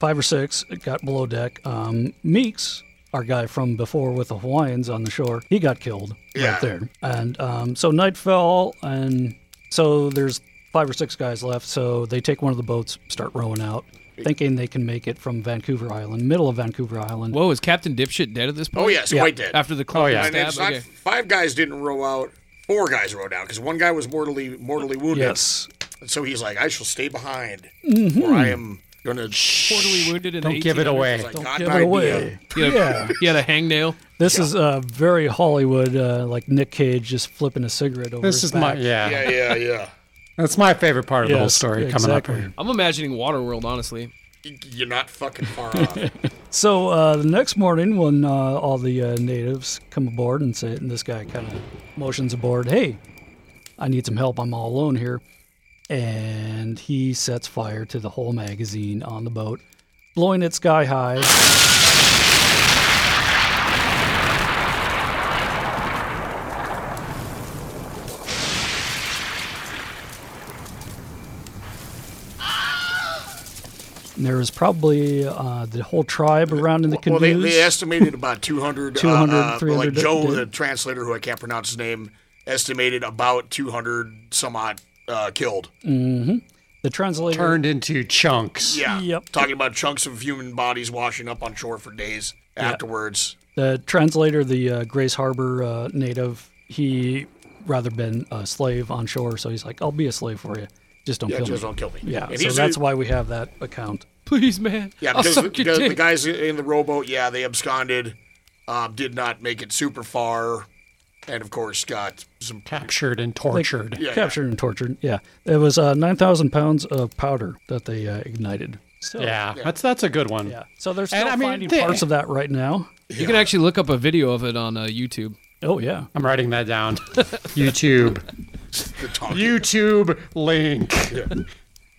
S4: five or six got below deck. Um, Meeks, our guy from before with the Hawaiians on the shore, he got killed
S6: Yeah.
S4: right there. And um, so night fell, and so there's five or six guys left. So they take one of the boats, start rowing out, thinking they can make it from Vancouver Island, middle of Vancouver Island.
S5: Whoa, is Captain Dipshit dead at this point?
S6: Oh yes,
S4: Yeah.
S6: quite dead.
S5: After the club
S1: Oh, yeah.
S5: and
S6: and
S5: stab?
S6: it's not
S5: Okay.
S6: five guys didn't row out. Four guys rowed out because one guy was mortally mortally wounded.
S4: Yes. Mm-hmm.
S6: And so he's like, I shall stay behind, or I am gonna.
S5: Mortally wounded in
S1: don't
S5: the
S1: give it
S5: 1800s.
S1: away.
S6: Like, got
S4: Give
S6: an
S4: it
S6: idea.
S4: away.
S5: He had,
S4: Yeah.
S5: a, he had a hangnail.
S4: This is uh, very Hollywood, uh, like Nick Cage just flipping a cigarette over
S1: This
S4: his
S1: is
S4: back.
S1: my yeah.
S6: Yeah, yeah, yeah.
S1: That's my favorite part of the whole
S4: Yes,
S1: story coming up
S4: exactly.
S1: here.
S5: I'm imagining Waterworld, honestly.
S6: Y- You're not fucking far off.
S4: So uh, the next morning, when uh, all the uh, natives come aboard and say, and this guy kind of motions aboard, "Hey, I need some help. I'm all alone here," and he sets fire to the whole magazine on the boat, blowing it sky high. And there was probably uh, the whole tribe around in the
S6: well,
S4: canoes.
S6: they, they estimated about 200.
S4: 200,
S6: uh, uh, Like
S4: 300
S6: Joe,
S4: dead.
S6: the translator, who I can't pronounce his name, estimated about 200 some odd uh, killed.
S4: Mm-hmm. the translator.
S1: Turned into chunks.
S6: Yeah.
S4: Yep.
S6: Talking about chunks of human bodies washing up on shore for days afterwards.
S4: The translator, the uh, Grace Harbor uh, native, he rather been a slave on shore, so he's like, "I'll be a slave for you, just don't
S6: Yeah,
S4: kill
S6: just
S4: me."
S6: don't kill me.
S4: Yeah,
S6: And
S4: so
S6: he's-
S4: that's why we have that account.
S5: Please, man.
S6: Yeah,
S5: I'll
S6: because the,
S5: suck your
S6: the, the
S5: dick.
S6: guys in the rowboat, yeah, they absconded. um, did not make it super far, and of course got some.
S1: Captured and tortured.
S6: Yeah,
S4: captured and tortured. Yeah, it was uh, nine thousand pounds of powder that they uh, ignited. So,
S1: yeah, that's that's a good one.
S4: yeah. So they're still
S1: I mean,
S4: finding
S1: they-
S4: parts of that right now.
S5: You can actually look up a video of it on uh, YouTube.
S4: Oh yeah,
S1: I'm writing that down. YouTube. YouTube link.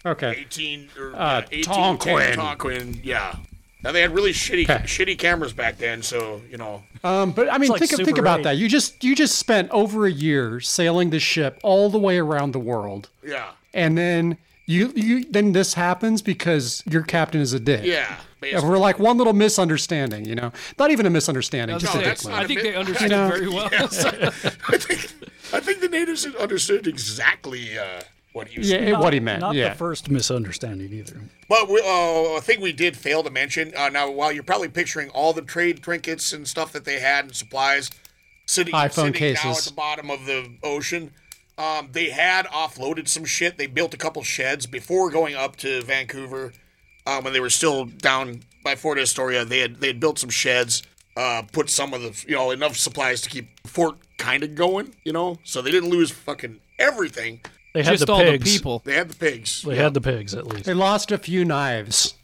S1: Okay.
S6: 18 or
S1: Uh,
S6: yeah, 18
S1: Tonquin.
S6: Tonquin, yeah. Now they had really shitty
S1: Okay.
S6: shitty cameras back then, so you know.
S1: Um, but I mean,
S4: like
S1: think think
S4: Super
S1: about
S4: eight.
S1: that. You just you just spent over a year sailing the ship all the way around the world,
S6: Yeah.
S1: and then you you then this happens because your captain is a dick.
S6: Yeah.
S1: If
S6: basically.
S1: we're like one little misunderstanding, you know, not even a misunderstanding, just
S6: no,
S1: a dick
S6: that's
S1: move.
S6: not
S5: I
S6: a
S5: think
S6: bit-
S5: they understood
S1: know.
S5: very well.
S6: I think I think the natives understood exactly uh, what he was
S1: Yeah, it- what he meant.
S4: not
S1: yeah.
S4: the first misunderstanding either.
S6: But we, uh, a thing we did fail to mention uh, now, while you're probably picturing all the trade trinkets and stuff that they had and supplies sitting,
S1: iPhone
S6: sitting now at
S1: cases.
S6: the bottom of the ocean, um, they had offloaded some shit. They built a couple sheds before going up to Vancouver um, when they were still down by Fort Astoria. They had they had built some sheds, uh, put some of the you know enough supplies to keep Fort kind of going, you know, so they didn't lose fucking everything.
S4: They had
S5: Just
S4: the
S5: all
S4: pigs.
S5: the people.
S6: They had the pigs.
S4: They had the pigs at least,
S1: They lost a few knives.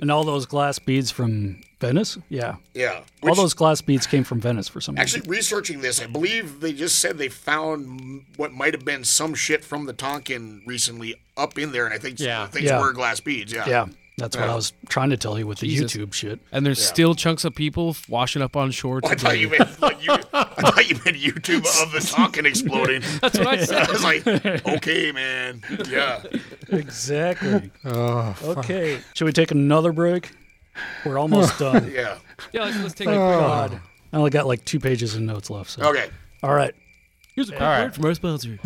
S4: and all those glass beads from Venice. Yeah,
S6: Yeah,
S4: all
S6: Which-
S4: those glass beads came from Venice for some reason.
S6: Actually, researching this, I believe they just said they found m- what might have been some shit from the Tonkin recently up in there, and I think
S1: Yeah.
S6: things
S4: Yeah.
S6: were glass beads. Yeah.
S4: yeah, that's what I was trying to tell you with the
S5: Jesus.
S4: YouTube shit.
S5: And there's still chunks of people f- washing up on shore.
S6: Oh, I thought
S5: today.
S6: you meant like, you, I thought you meant YouTube of the Tonkin exploding. That's what I said. I was like, okay, man. Yeah.
S4: Exactly. okay. Oh, Should we take another break? We're almost done.
S6: Yeah.
S5: Yeah, let's, let's take
S4: Oh.
S5: a quick.
S4: God. I only got like two pages of notes left. So.
S6: Okay.
S4: All right.
S5: Here's a quick
S1: right.
S5: word from our sponsor.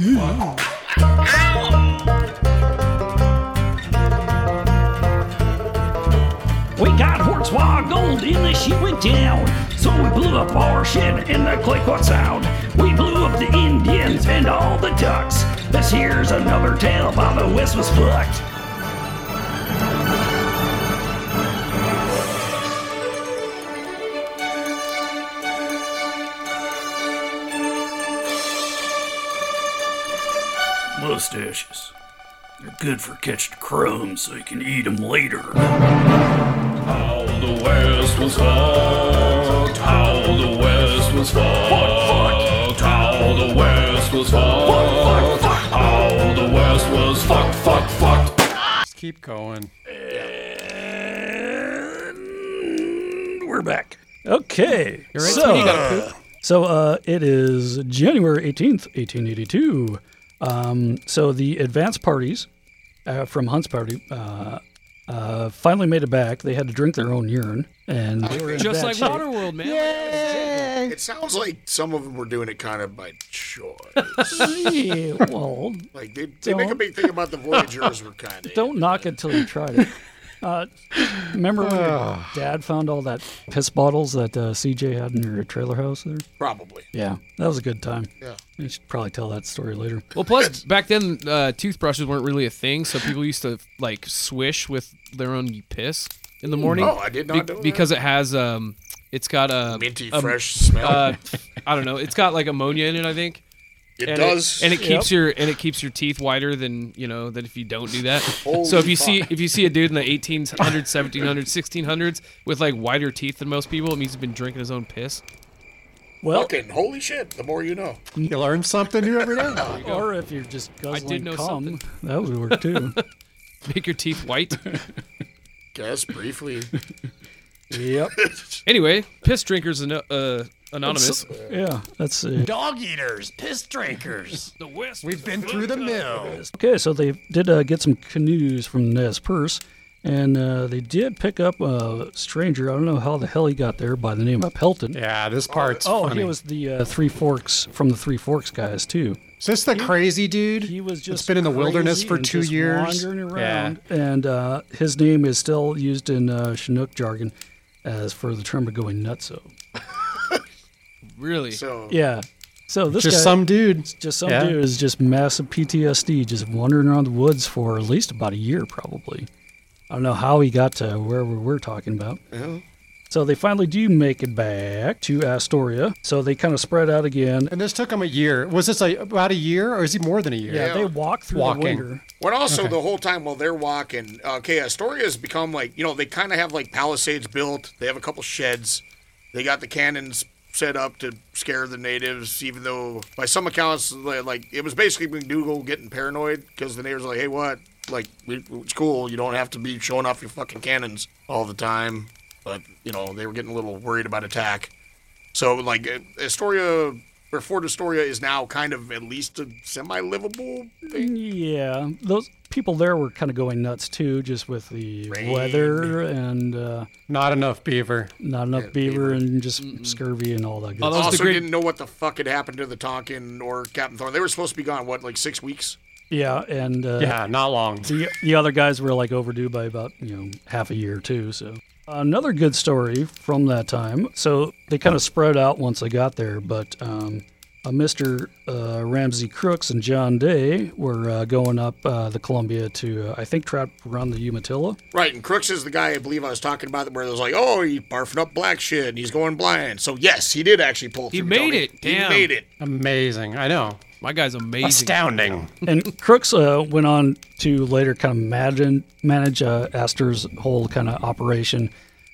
S10: We got hornswoggled and the shit went down. So we blew up our shit in the Clayquot Sound. We blew up the Indians and all the ducks. This here's another tale of how the West was fucked.
S3: Mustaches. They're good for catching crumbs so you can eat 'em later.
S8: How the West was fucked. How the West was fucked. How the West was fucked. How the West was fucked. Fucked. Fucked.
S1: Just keep going.
S4: And Mm, we're back. Okay. so, so uh, it is January 18th, 1882. Um, so the advance parties uh, from Hunt's party uh, uh, finally made it back. They had to drink their own urine. And they were in
S5: Just
S4: bad
S5: like
S4: shape.
S5: Waterworld, man.
S6: It sounds like some of them were doing it kind of by choice.
S4: Yeah, well,
S6: Like they, they make a big thing about the Voyagers were kind of.
S4: Don't knock it till you tried it. Uh, remember when your dad found all that piss bottles that uh, CJ had in your trailer house there?
S6: Probably.
S4: Yeah, that was a good time. Yeah, you should probably tell that story later.
S5: Well, plus back then uh, toothbrushes weren't really a thing, so people used to like swish with their own piss in
S4: Mm.
S5: the morning.
S6: Oh, I did not
S5: Be-
S6: know that.
S5: because it has um, it's got a
S6: Minty,
S5: a-
S6: fresh smell.
S5: Um, Uh, I don't know. It's got like ammonia in it, I think.
S6: it
S5: and
S6: does.
S5: and it keeps your and it keeps your teeth whiter than you know than if you don't do that. so if
S6: Holy
S5: you
S6: fuck.
S5: see if you see a dude in the 1800s, 1700s, 1600s with like whiter teeth than most people, it means he's been drinking his own piss.
S4: Well,
S6: fucking holy shit. The more you know.
S1: You learn something new every day.
S4: or if you're just guzzling
S5: know
S4: cum,
S5: something.
S4: that would work too.
S5: Make your teeth white.
S6: Guess briefly.
S4: yep.
S5: anyway, piss drinkers Ano- uh, anonymous.
S4: Yeah, that's it.
S2: Dog eaters, piss drinkers.
S5: The West.
S2: We've been through the mill.
S4: Okay, so they did uh, get some canoes from Nez Perce, and uh, they did pick up a stranger. I don't know how the hell he got there by the name of Pelton.
S1: yeah, this part's
S4: Oh,
S1: funny.
S4: he was the uh, Three Forks from the Three Forks guys too.
S1: Is this the crazy dude?
S4: He was just
S1: that's been in the wilderness
S4: crazy
S1: for
S4: and
S1: two
S4: just
S1: years.
S4: wandering
S1: Yeah.
S4: around, and uh, his name is still used in uh, Chinook jargon as for the term of going nutso.
S5: Really?
S6: So
S4: Yeah, so this
S1: Just
S4: guy,
S1: some dude.
S4: just some
S1: yeah.
S4: dude is just massive PTSD, just wandering around the woods for at Uh-huh. least about a year, probably. I don't know how he got to where we were talking about. So they finally do make it back to Astoria. So they kind of spread out again.
S1: And this took them a year. Was this a, about a year, or is it more than a year?
S4: Yeah, they walk through
S1: Walking.
S4: the winter.
S6: When also
S1: Okay.
S6: the whole time while they're walking, uh, okay, Astoria's become like you know they kind of have like palisades built. They have a couple sheds. They got the cannons set up to scare the natives, even though by some accounts li- like it was basically McDougal getting paranoid because the neighbors were like, hey, what? Like it- it's cool. You don't have to be showing off your fucking cannons all the time. But you know they were getting a little worried about attack. So like uh, Astoria or Fort Astoria is now kind of at least a semi-livable
S4: Yeah, those people there were kind of going nuts too, just with the weather and uh,
S1: Not enough beaver.
S4: not enough beaver and just scurvy and all that good
S5: Although-
S4: stuff.
S5: Those
S6: also
S5: degrade-
S6: didn't know what the fuck had happened to the Tonkin or Captain Thorn. They were supposed to be gone what like six weeks.
S4: Yeah, and uh,
S1: Yeah, not long.
S4: the the other guys were like overdue by about you know half a year too. So another good story from that time. So they kind of spread out once they got there, but um, uh, Mr. Uh, Ramsey Crooks and John Day were uh, going up uh, the Columbia to uh, I think trap around the Umatilla.
S6: Right, and Crooks is the guy I believe I was talking about where it was like, oh, he's barfing up black shit and he's going blind. So yes, he did actually pull.
S5: He
S6: through,
S5: made
S6: Tony.
S5: it,
S6: He
S5: damn.
S6: made it.
S1: Amazing. I know.
S5: My guy's amazing.
S1: Astounding.
S4: and Crooks uh, went on to later kind of manage, manage uh, Astor's whole kind of operation.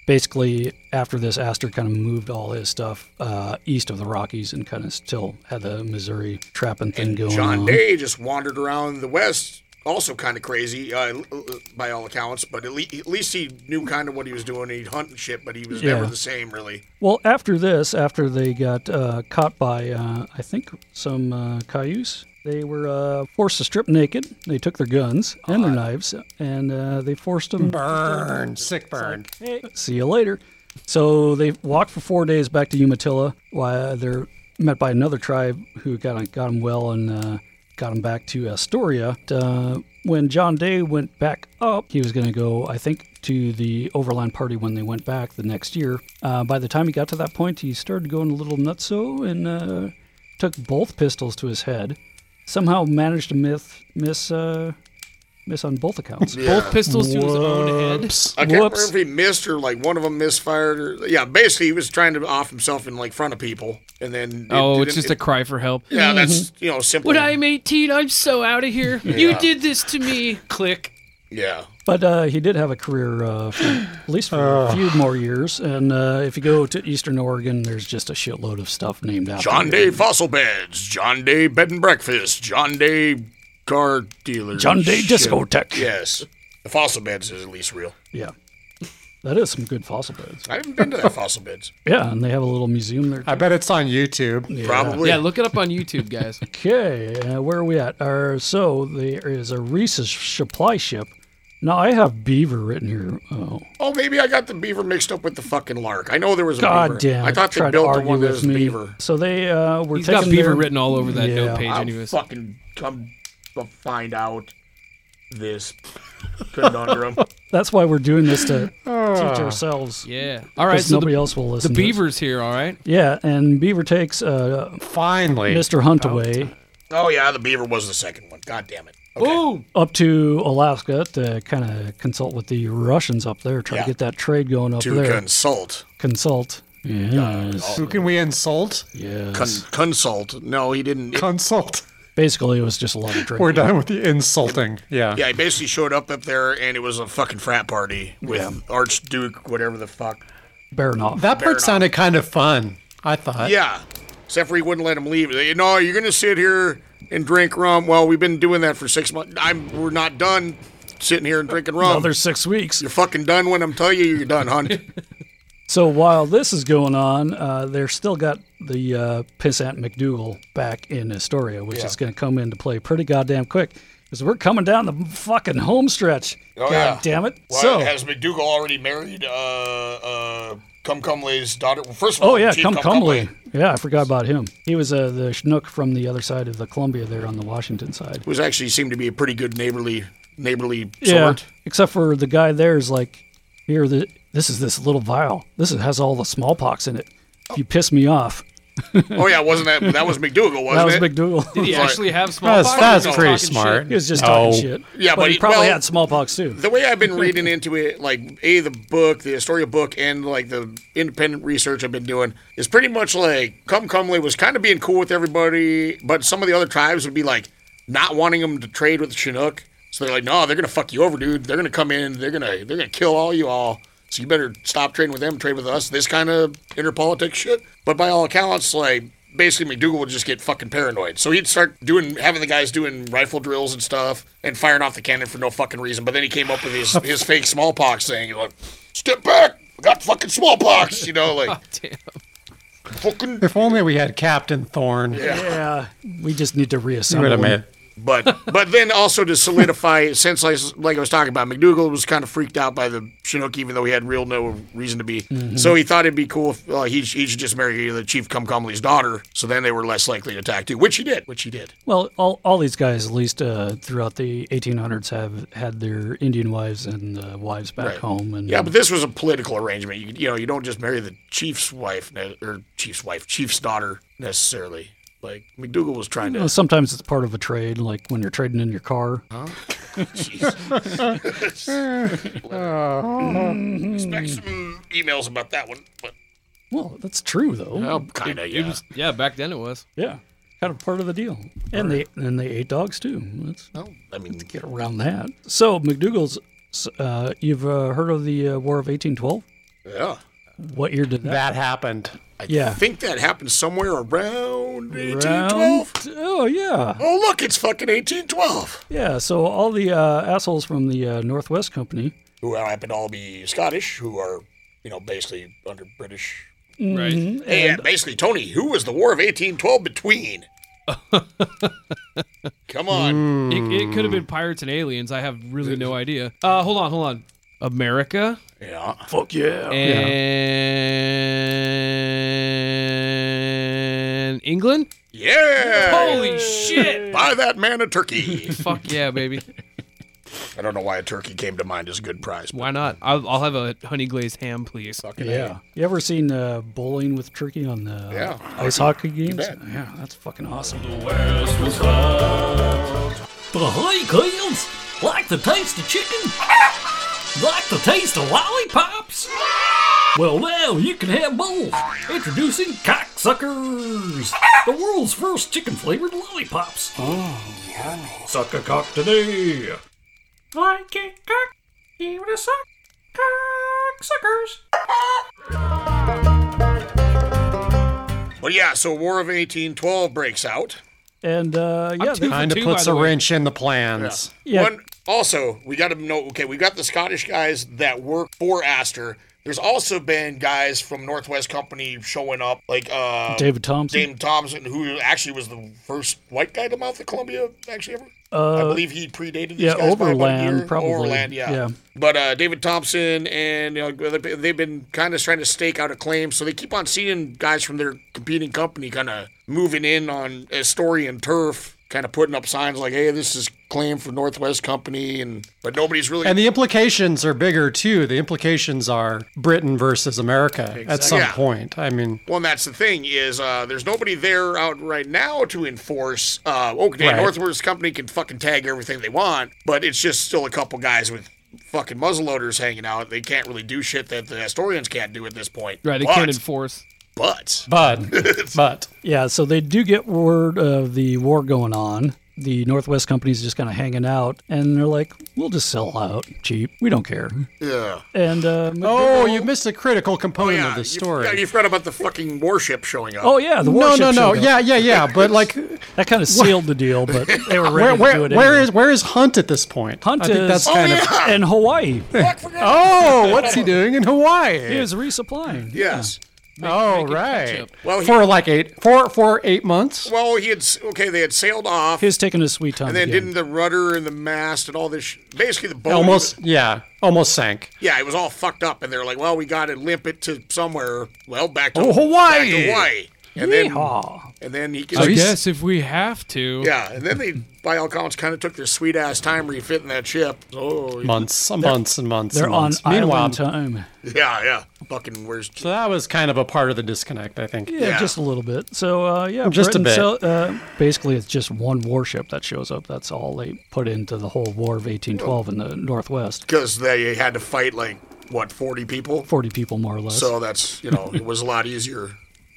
S4: Basically, after this, Astor kind of moved all his stuff uh, east of the Rockies and kind of still had the Missouri trapping thing going
S6: John
S4: on.
S6: Day just wandered around the West, also kind of crazy uh, l- l- by all accounts. But at, le- at least he knew kind of what he was doing. He'd hunt and shit, but he was
S4: Yeah.
S6: never the same really.
S4: Well, after this, after they got uh, caught by, uh, I think, some uh, Cayuse, they were uh, forced to strip naked. They took their guns and their knives, and uh, they forced
S1: Hmm.
S4: them
S1: Burn. Sick burn.
S4: see you later. So they walked for four days back to Umatilla. While they're met by another tribe who got got them well and uh, got them back to Astoria. Uh, when John Day went back up, he was going to go, I think, to the Overland Party when they went back the next year. Uh, by the time he got to that point, he started going a little nutso and uh, took both pistols to his head. Somehow managed to miss miss uh, miss on both accounts.
S5: Both pistols to his own head.
S6: I can't
S4: Whoops.
S6: remember if he missed or like one of them misfired or yeah. Basically, he was trying to off himself in like front of people, and then it
S5: Oh, it's
S6: didn't-
S5: just a
S6: it-
S5: cry for help.
S4: Mm-hmm.
S6: yeah. That's you know simple.
S5: When I'm 18, I'm so out of here. You did this to me. Click.
S6: yeah.
S4: But uh, he did have a career, uh, for, at least for
S6: Uh.
S4: a few more years. And uh, if you go to Eastern Oregon, there's just a shitload of stuff named after
S6: John
S4: him.
S6: Day fossil beds, John Day bed and breakfast, John Day car dealer,
S4: John Day
S6: shit.
S4: Discotheque.
S6: Yes, the fossil beds is at least real.
S4: Yeah. That is some good fossil beds.
S6: I haven't been to that fossil beds.
S4: Yeah, and they have a little museum there.
S1: I bet it's on YouTube.
S6: Probably.
S5: Yeah, look it up on YouTube, guys.
S4: Okay, uh, where are we at? Uh, so there is a Reese's supply ship. Now I have beaver written here. Oh,
S6: Oh, maybe I got the beaver mixed up with the fucking lark. I know there was a
S4: God
S6: beaver.
S4: damn!
S6: I
S4: it.
S6: thought
S4: Try to
S6: they built the
S4: argue
S6: one that
S4: with
S6: was
S4: me.
S6: beaver.
S4: So they uh, were
S5: He's
S4: taking
S5: got beaver
S4: their-
S5: written all over that
S4: Yeah.
S5: note page,
S6: I'll
S5: anyways.
S6: fucking come f- find out this conundrum.
S4: That's why we're doing this to teach ourselves.
S5: Yeah. All right.
S4: 'cause
S5: So
S4: nobody
S5: the,
S4: else will
S5: the
S4: listen. to us.
S5: beaver's here. All right.
S4: Yeah, and Beaver takes uh,
S1: Finally.
S4: Mr. Hunt away
S6: oh yeah, the beaver was the second one. God damn it. Okay.
S5: Boom.
S4: up to Alaska to kind of consult with the Russians up there, try
S6: Yeah.
S4: to get that trade going up
S6: To
S4: there.
S6: consult.
S4: consult. Yes.
S1: Who can we insult?
S4: yes.
S6: Con- consult. No, he didn't.
S1: Consult.
S4: Basically, it was just a lot of trade.
S1: We're done with the insulting. Yeah.
S6: Yeah, he basically showed up up there, and it was a fucking frat party with Archduke, whatever the fuck.
S4: Baranov.
S1: That part sounded kind of fun. I thought.
S6: Yeah, except for he wouldn't let him leave. They- No, you're gonna sit here and drink rum. Well, we've been doing that for six months. I'm. We're not done sitting here and drinking rum.
S4: Another six weeks.
S6: you're fucking done when I'm telling you you're done, hunt.
S4: So while this is going on, uh, they're still got the uh, pissant McDougal back in Astoria, which is going to come into play pretty goddamn quick. Because we're coming down the fucking home stretch.
S6: Oh,
S4: God
S6: yeah.
S4: damn it.
S6: Well,
S4: so,
S6: has McDougal already married uh uh Cum Cumley's daughter? Well, first of all,
S4: Oh yeah,
S6: Chief
S4: Cum
S6: Cum
S4: Cumley. Yeah, I forgot about him. He was uh, the schnook from the other side of the Columbia there on the Washington side.
S6: was actually seemed to be a pretty good neighborly neighborly
S4: Yeah,
S6: sort.
S4: except for the guy there is like, here, the, this is this little vial. This is, has all the smallpox in it. If you piss me off,
S6: Oh yeah, wasn't that that was McDougal,
S4: that
S6: wasn't
S4: was
S6: it?
S4: McDougal.
S5: Did he
S6: Sorry.
S5: actually have smallpox?
S1: That's,
S5: He
S1: that's
S5: was
S1: pretty
S5: talking shit.
S1: smart.
S4: He was just
S1: No.
S4: talking shit.
S6: Yeah, but
S4: he
S6: he-
S4: probably
S6: well-
S4: had smallpox too.
S6: The way I've been reading into it, like a the book, the story of book, and like the independent research I've been doing is pretty much like Cum Cumley was kind of being cool with everybody, but some of the other tribes would be like not wanting them to trade with the Chinook. So they're like, no, they're gonna fuck you over, dude. They're gonna come in, they're gonna they're gonna kill all you all. So you better stop trading with them, trade with us. This kind of interpolitics shit. But by all accounts, like basically McDougal would just get fucking paranoid. So he'd start doing having the guys doing rifle drills and stuff and firing off the cannon for no fucking reason. But then he came up with his his fake smallpox thing. Like, step back, I got fucking smallpox. You know, like
S5: Damn.
S6: fucking.
S1: If only we had Captain Thorn.
S4: Yeah, we just need to
S1: He would
S4: reassemble.
S1: have
S4: him.
S1: made.
S6: But but then also to solidify, since like, like I was talking about, McDougal was kind of freaked out by the Chinook, even though he had real no reason to be.
S5: Mm-hmm.
S6: So he thought it'd be cool if uh, he, he should just marry the Chief Cumcomley's daughter. So then they were less likely to attack too, which he did, which he
S5: Mm-hmm.
S6: did.
S4: Well, all, all these guys, at least uh, throughout the 1800s, have had their Indian wives and uh, wives back
S6: Right.
S4: home. And
S6: Yeah, but this was a political arrangement. You, you know, you don't just marry the chief's wife ne- or chief's wife, chief's daughter necessarily. Like McDougal was trying
S4: Well,
S6: to.
S4: sometimes it's part of a trade, like when you're trading in your car.
S6: Uh-huh. Expect some emails about that one, but
S4: Well, that's true though.
S6: kind of
S5: It
S6: yeah.
S5: was- yeah, back then it was.
S4: Yeah, kind of part of the deal. And they and they ate dogs too. Let's
S6: Well, I mean,
S4: get around that. So McDougal's, uh, you've uh, heard of the uh, War of 1812?
S6: yeah.
S4: What year did that?
S1: That happened.
S4: yeah.
S6: I think that happened somewhere around 1812.
S4: Round- Oh yeah,
S6: Oh look, it's fucking 1812.
S4: yeah. So all the uh, assholes from the uh, Northwest Company,
S6: Who happen to all be Scottish, who are you know basically under British.
S4: Mm-hmm.
S5: Right.
S6: And, basically, Tony, who was the War of 1812 between? Come on.
S5: It, it could
S1: Mm.
S5: have been pirates and aliens. I have really no idea. Uh, hold on, hold on. America
S6: Yeah.
S3: Fuck yeah.
S5: and England.
S6: Yeah.
S5: Holy shit!
S6: Buy that man a turkey.
S5: Fuck yeah, baby.
S6: I don't know why a turkey came to mind as a good prize. but
S5: Why not? I'll, I'll have a honey glazed ham, please.
S6: fucking
S4: yeah. You ever seen uh, bowling with turkey on the
S6: Yeah.
S4: ice hockey games?
S6: bet.
S4: Yeah, that's fucking awesome.
S10: Hey, kids! Like the taste of chicken? Like the taste of lollipops? Well, now you can have both. Introducing Cocksuckers, the world's first chicken flavored lollipops. Mmm, yummy. Suck a cock today.
S7: Like a cock, give it a suck. Cock suckers.
S6: bad. But yeah, so War of 1812 breaks out.
S4: And uh, yeah,
S5: too
S4: they-
S5: For
S1: Kind of
S5: two, by
S1: puts
S5: the
S1: a
S5: way.
S1: wrench in the plans.
S4: yeah,
S6: One, also, we got to know okay, we got the Scottish guys that work for Astor. There's also been guys from Northwest Company showing up, like uh,
S4: David Thompson.
S6: Dame Thompson, who actually was the first white guy to mount the Columbia, actually ever. I believe he predated these
S4: Uh, yeah,
S6: guys by one
S4: Overland,
S6: year.
S4: probably.
S6: Overland, yeah.
S4: Yeah.
S6: But uh, David Thompson and you know, they- they've been kind of trying to stake out a claim, so they keep on seeing guys from their competing company kind of moving in on Astorian turf, kind of putting up signs like, "Hey, this is claim for Northwest Company," and but nobody's really
S1: And the implications are bigger too. The implications are Britain versus America at some
S6: Yeah.
S1: point. I mean,
S6: Well, and that's the thing is uh, there's nobody there out right now to enforce. Uh, okay,
S1: Right.
S6: Northwest Company can fucking tag everything they want, but it's just still a couple guys with fucking muzzleloaders hanging out. They can't really do shit that the Astorians can't do at this point.
S5: Right, it
S6: but,
S5: can't enforce.
S6: But
S1: but but
S4: Yeah, so they do get word of the war going on. The Northwest Company's just kind of hanging out, and they're like, "We'll just sell out cheap. We don't care."
S6: yeah,
S4: And uh, Mc-
S1: oh, you missed a critical component
S6: Oh, yeah,
S1: of the
S6: you-
S1: story.
S6: yeah, you forgot about the fucking warship showing up.
S4: oh yeah, the
S1: no,
S4: warship.
S1: no, no.
S4: showed up.
S1: Yeah, yeah, yeah. But like,
S4: that kind of sealed the deal, but they were
S1: where
S4: ready to do
S1: where
S4: it.
S1: where
S4: anyway.
S1: is where is Hunt at this point?
S4: Hunt
S1: I think that's
S4: is- Oh,
S1: kind of.
S6: yeah.
S4: in Hawaii?
S6: Fuck, forgot.
S1: Oh, what's he doing in
S4: He
S1: Hawaii?
S4: was resupplying.
S6: yes.
S1: Oh,
S5: making
S1: right.
S5: ketchup.
S6: Well, he-
S1: for like eight, for for eight months.
S6: Well, he had s- okay. They had sailed off,
S4: He was taking his sweet time.
S6: and then
S4: again.
S6: didn't the rudder and the mast and all this? Sh- basically, the boat
S1: Almost, yeah, almost sank.
S6: Yeah, it was all fucked up, and they're like, "Well, we got to limp it to somewhere." Well, back to
S1: Oh, Hawaii!
S6: back to Hawaii. And then,
S4: Yeehaw.
S6: and then he
S5: I
S6: like,
S5: guess if we have to.
S6: Yeah, and then they, by all accounts, kind of took their sweet ass time refitting that ship. Oh,
S1: months, and months, and months.
S4: They're
S1: and
S4: on
S1: months.
S4: island time.
S6: yeah, yeah. Fucking where's
S1: so that was kind of a part of the disconnect, I think.
S4: Yeah, just a little bit. So uh, yeah,
S1: Just a
S4: Britain
S1: bit.
S4: sell- uh, basically, it's just one warship that shows up. That's all they put into the whole War of 1812 in the Northwest.
S6: because they had to fight like what forty people.
S4: Forty people, more or less. So,
S6: So that's you know it was a lot easier.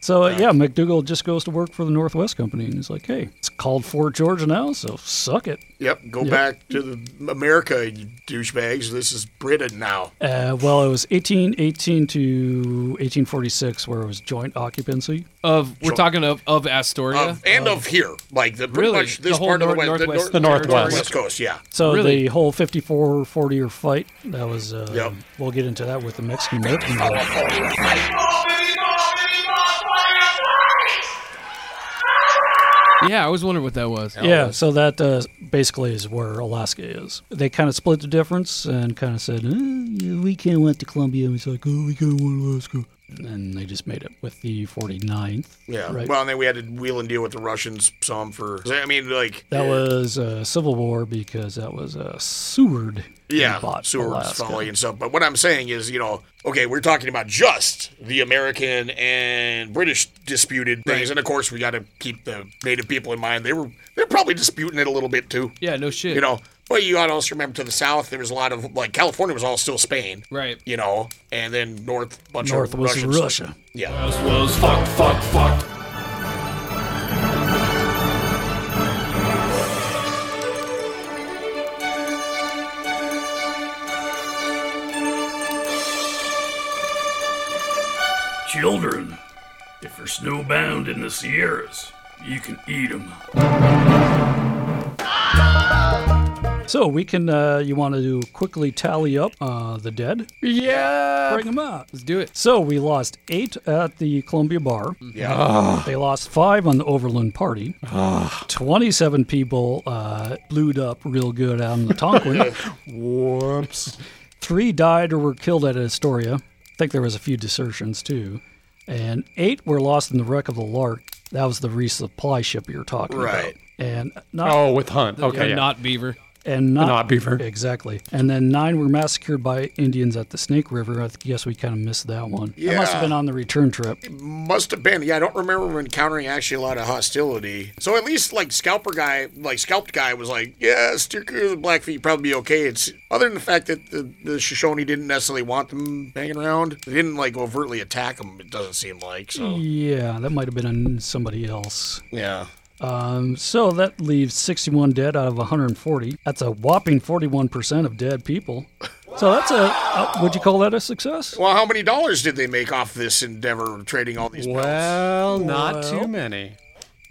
S4: uh, yeah, McDougall just goes to work for the Northwest Company, and he's like, "Hey, it's called Fort Georgia now, so suck it."
S6: Yep, go back to the America, you douchebags. This is Britain now.
S4: Uh, well, it was 1818 to 1846 where it was joint occupancy.
S5: Of we're talking of of Astoria.
S6: Of, and of here, like the pretty
S5: Really?
S6: much this
S5: The whole
S6: part of the
S5: nor-
S6: west, the,
S5: northwest
S6: nor-
S1: territory?
S6: west coast. Yeah,
S4: So
S5: Really?
S4: the whole 54 40 year fight, that was, uh,
S6: Yep.
S4: we'll get into that with the Mexican American War.
S5: yeah, I was wondering what that was.
S4: Yeah, so that uh, basically is where Alaska is. They kind of split the difference and kind of said, eh, yeah, we can't want the Columbia. And it's like, oh, we can't want Alaska. And they just made it with the 49th.
S6: yeah.
S4: Right.
S6: Well, and then we had to wheel and deal with the Russians some for. I mean, like
S4: That was uh, Civil War because that was uh, Seward. who
S6: yeah,
S4: bought
S6: Seward's
S4: Alaska.
S6: folly and stuff. But what I'm saying is, you know, okay, we're talking about just the American and British disputed things, and of course we got to keep the native people in mind. They were they're probably disputing it a little bit too.
S5: Yeah, no shit.
S6: You know, but you ought to also remember to the south there was a lot of like California was all still Spain.
S5: Right.
S6: You know, and then north bunch
S4: North
S6: of
S4: was
S6: Russians.
S4: Russia.
S6: Yeah.
S8: West was fucked, fucked, fucked.
S3: Children, if you're snowbound in the Sierras, you can eat 'em.
S4: So we can, uh, you want to quickly tally up uh, the dead?
S1: Yeah.
S4: Bring them out.
S5: Let's do it.
S4: So we lost eight at the Columbia Bar. Yeah. They lost five on the Overland Party. 27 people uh, blued up real good out in the Tonquin.
S1: Whoops.
S4: Three died or were killed at Astoria. I think there was a few desertions too. And eight were lost in the wreck of the Lark. That was the resupply ship you were talking about.
S6: Right.
S4: And not
S1: Oh, with Hunt. Okay. Yeah.
S5: Not Beaver.
S4: and not,
S1: not beaver.
S4: Exactly. And then nine were massacred by Indians at the Snake River. I guess we kind of missed that one. That must have
S6: Yeah.
S4: been on the return trip.
S6: Must have been. Yeah, I don't remember encountering actually a lot of hostility. So at least like scalper guy, like scalped guy was like, yeah, steer clear of the Blackfeet, probably be okay. It's other than the fact that the, the Shoshone didn't necessarily want them hanging around. They didn't like overtly attack them. It doesn't seem like
S4: Hmm.
S6: so.
S4: Yeah, that might have been on somebody else.
S6: Yeah.
S4: Um, so that leaves 61 dead out of 140. That's a whopping 41% of dead people. So that's a, uh, would you call that a success?
S6: Well, how many dollars did they make off this endeavor of trading all these pelts?
S1: Well, not
S4: Well.
S1: too many.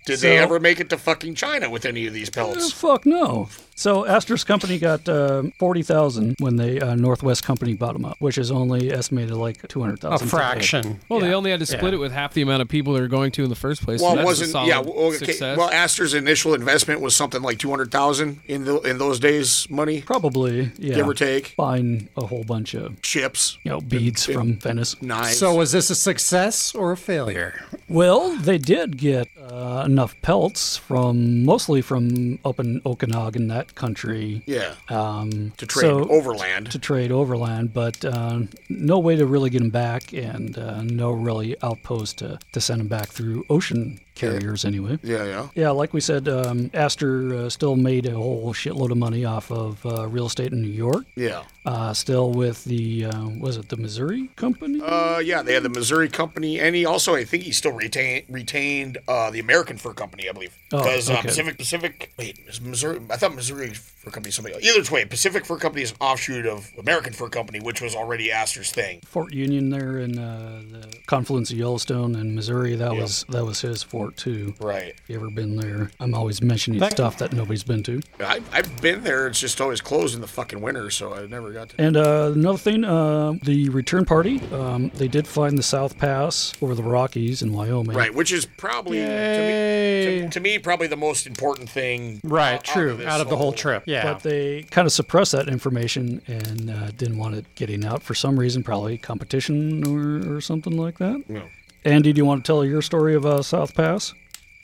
S6: Did they
S4: so-
S6: ever make it to fucking China with any of these
S4: Oh,
S6: pelts?
S4: fuck no. So Astor's company got uh, 40,000 when the uh, Northwest company bought them up, which is only estimated like 200,000.
S1: A
S4: today.
S1: fraction.
S5: Well, they only had to split it with half the amount of people they're going to in the first place.
S6: Well,
S5: so
S6: it
S5: that's a
S6: wasn't
S5: solid
S6: yeah. well, Okay.
S5: success.
S6: Well, Astor's initial investment was something like two hundred thousand in the in those days money,
S4: Probably, yeah.
S6: give or take.
S4: Buying a whole bunch of,
S6: Chips,
S4: you know, beads from Venice.
S6: knives.
S1: So was this a success or a failure?
S4: Well, they did get uh, enough pelts from mostly from up in Okanagan, that country,
S6: yeah, to trade
S4: Um, so-
S6: overland.
S4: to trade overland, but uh, no way to really get them back, and uh, no really outpost to, to send them back through ocean carriers anyway.
S6: yeah, yeah.
S4: Yeah, like we said, um, Astor uh, still made a whole shitload of money off of uh, real estate in New York.
S6: Yeah.
S4: Uh, still with the uh, was it the Missouri company?
S6: Uh, yeah, they had the Missouri Company, and he also, I think, he still retain, retained uh, the American Fur Company, I believe,
S4: Oh,
S6: because uh,
S4: okay.
S6: Pacific Pacific. Wait, is Missouri? I thought Missouri Fur Company. is Somebody. Either way, Pacific Fur Company is an offshoot of American Fur Company, which was already Astor's thing.
S4: Fort Union there in uh, the confluence of Yellowstone and Missouri. That was that was his fort too.
S6: Right.
S4: If you ever been there, I'm always mentioning stuff that nobody's been to.
S6: I, I've been there. It's just always closed in the fucking winter, so I never got to.
S4: And uh, another thing, uh, the return party, um, they did find the South Pass over the Rockies in Wyoming.
S6: Right, which is probably to me, to, to me probably the most important thing.
S1: Eh, Right,
S6: out
S1: true.
S6: this
S1: Out of the whole trip. Yeah.
S4: But they kind of suppressed that information and uh, didn't want it getting out for some reason, probably competition or, or something like that. Andy, do you want to tell your story of uh, South Pass?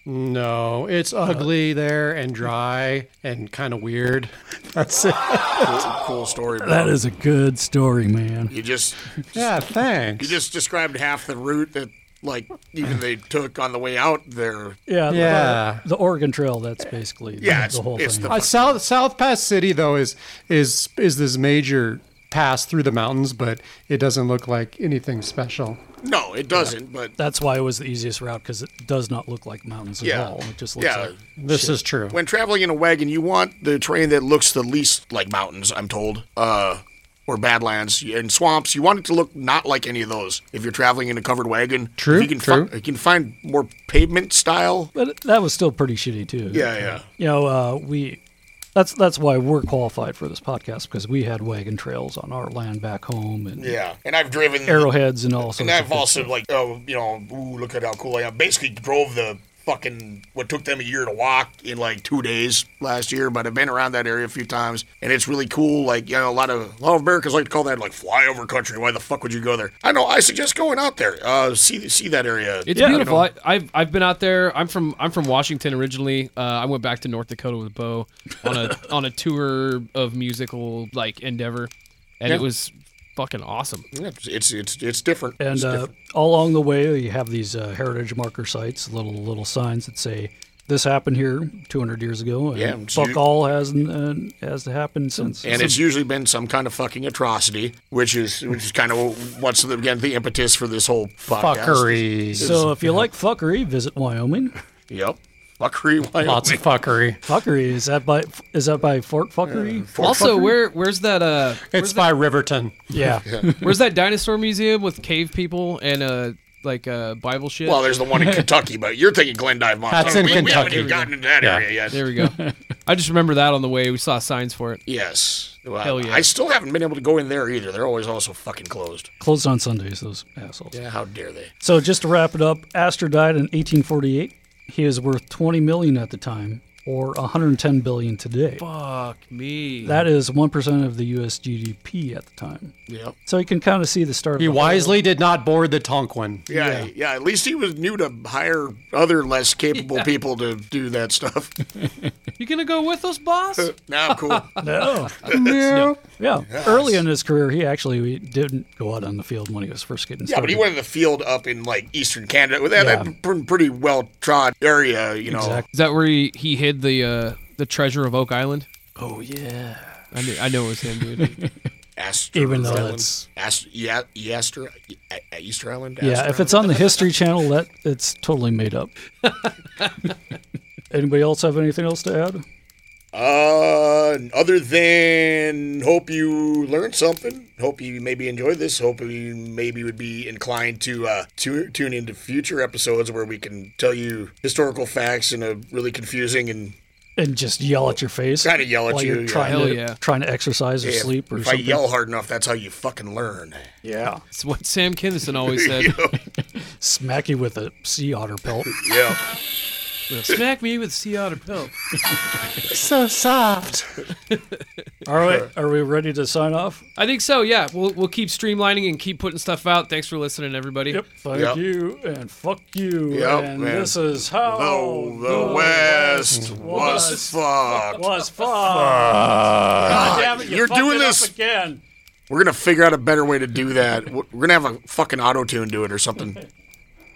S1: No, it's ugly there and dry and kind of weird. That's it.
S6: cool, cool story. Bro.
S4: That is a good story, man.
S6: You just
S1: yeah, thanks.
S6: you just described half the route that like even they took on the way out there.
S4: Yeah, the-
S1: Yeah.
S4: The, Oregon Trail. That's basically
S6: Yeah,
S4: the,
S6: it's-
S4: the whole
S6: it's
S4: thing.
S6: the-
S1: Uh, South South Pass City though is is is this major pass through the mountains, but it doesn't look like anything special.
S6: No, it doesn't. But
S4: that's why it was the easiest route because it does not look like mountains at
S6: Yeah.
S4: all. It just looks
S6: Yeah.
S4: like
S1: This is true.
S6: when traveling in a wagon, you want the terrain that looks the least like mountains. I'm told, uh, or badlands and swamps. You want it to look not like any of those. If you're traveling in a covered wagon,
S1: True,
S6: If you can
S1: true.
S6: fi- you can find more pavement style.
S4: But that was still pretty shitty too.
S6: Yeah, yeah.
S4: You know, uh, we that's that's why we're qualified for this podcast because we had wagon trails on our land back home and
S6: Yeah, and I've driven
S4: arrowheads and all sorts.
S6: And
S4: of
S6: I've
S4: things.
S6: also like, oh, you know, ooh, look at how cool I am. Basically, drove the fucking what took them a year to walk in like two days last year. But I've been around that area a few times, and it's really cool. Like, you know, a lot of a lot of Americans like to call that like flyover country. Why the fuck would you go there? I know. I suggest going out there. Uh, see see that area.
S5: It's
S4: Yeah,
S5: beautiful. I, I've I've been out there. I'm from I'm from Washington originally. Uh, I went back to North Dakota with Bo on a on a tour of musical like endeavor, and it was fucking awesome.
S6: Yeah, it's it's it's, it's different.
S4: And
S6: It's
S4: uh,
S6: different.
S4: all along the way, you have these uh, heritage marker sites, little little signs that say this happened here 200 years ago, and
S6: Yeah, it's
S4: fuck
S6: u-
S4: all has uh, has happened since.
S6: and it's usually been some kind of fucking atrocity, which is which is kind of what's the, again the impetus for this whole podcast.
S1: Fuckery.
S4: so if you like fuckery, visit Wyoming.
S6: Yep. Fuckery. Wyoming.
S1: Lots of fuckery.
S4: Fuckery is that by is that by Fort Fuckery?
S5: also, where where's that uh
S1: It's by Riverton.
S4: yeah.
S5: where's that dinosaur museum with cave people and uh like uh Bible shit?
S6: Well, there's the one in Kentucky, but you're thinking Glendive, Montana.
S1: That's in
S6: we, We haven't
S1: Kentucky.
S6: even gotten into that
S1: Yeah.
S6: area yet.
S5: there we go. I just remember that on the way. We saw signs for it.
S6: Yes. Well,
S5: Hell yeah.
S6: I still haven't been able to go in there either. They're always also fucking closed.
S4: Closed on Sundays, those assholes.
S6: Yeah, how dare they?
S4: So just to wrap it up, Astor died in 1848. He is worth 20 million at the time, or 110 billion today.
S5: Fuck me.
S4: That is one percent of the U.S. GDP at the time.
S6: Yep.
S4: So you can kind of see the start. of
S1: He
S4: the-
S1: wisely did not board the Tonquin.
S6: Yeah, yeah, At least he was new to hire other less capable people to do that stuff.
S5: you gonna go with us, boss?
S6: now, cool.
S4: No. Oh, Yeah. Early in his career, he actually didn't go out on the field when he was first getting
S6: Yeah,
S4: started.
S6: but he went in the field up in like eastern Canada. Well, That,
S4: Yeah.
S6: that pr- pretty well trod area, you know.
S4: Exactly.
S5: Is that where he, he hid the uh, the treasure of Oak Island? Oh yeah. I knew, I know it was him, dude.
S6: Astor
S4: Even though
S6: Island.
S4: it's
S6: Ast- yeah, Easter, E-, Easter Island.
S4: yeah,
S6: Astor
S4: if it's on the History Channel, that it's totally made up. Anybody else have anything else to add?
S6: Uh, other than hope you learned something, hope you maybe enjoyed this, hope you maybe would be inclined to uh tu- tune into future episodes where we can tell you historical facts in a really confusing and
S4: And just yell at your face.
S6: Kinda yell at
S4: while
S6: you,
S4: You're
S6: yeah.
S4: trying
S5: Hell
S4: to
S5: yeah.
S4: trying to exercise or
S6: if,
S4: sleep or
S6: if I
S4: something.
S6: yell hard enough, that's how you fucking learn.
S4: yeah,
S5: It's what Sam Kinison always said.
S4: smack you with a sea otter pelt.
S6: Yeah.
S5: Smack me with sea otter pill.
S1: So soft.
S4: All right, are we ready to sign off?
S5: I think so. Yeah, we'll we'll keep streamlining and keep putting stuff out. Thanks for listening, everybody.
S4: Yep. Thank
S6: Yep.
S4: you and fuck you.
S6: Yep,
S4: and
S6: man.
S4: this is how
S6: Oh, the West was
S4: was
S6: fucked.
S4: was fucked. God damn it, you
S6: You're
S4: fucked
S6: doing
S4: it up
S6: this-
S4: again.
S6: We're gonna figure out a better way to do that. We're we're gonna have a fucking auto tune do it or something.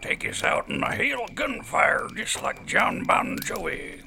S8: Take us out in the hail of gunfire, just like John Bon Jovi.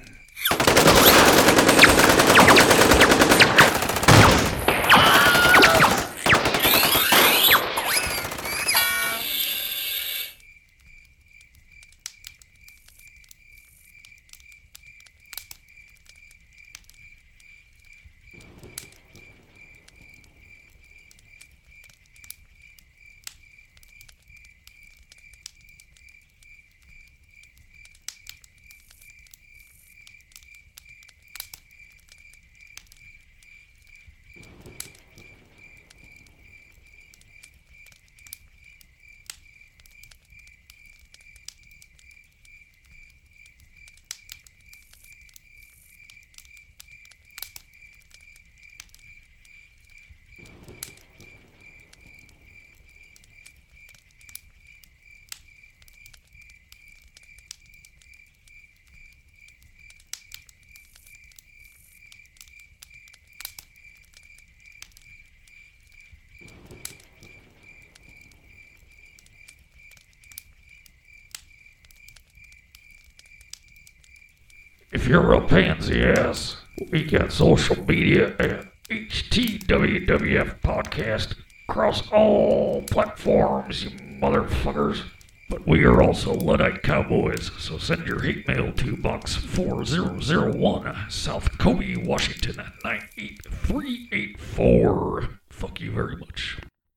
S8: If you're a pansy ass, we got social media at HTWWF Podcast across all platforms, you motherfuckers. But we are also Luddite Cowboys, so send your hate mail to Box 4001, South Kobe, Washington 98384. Fuck you very much.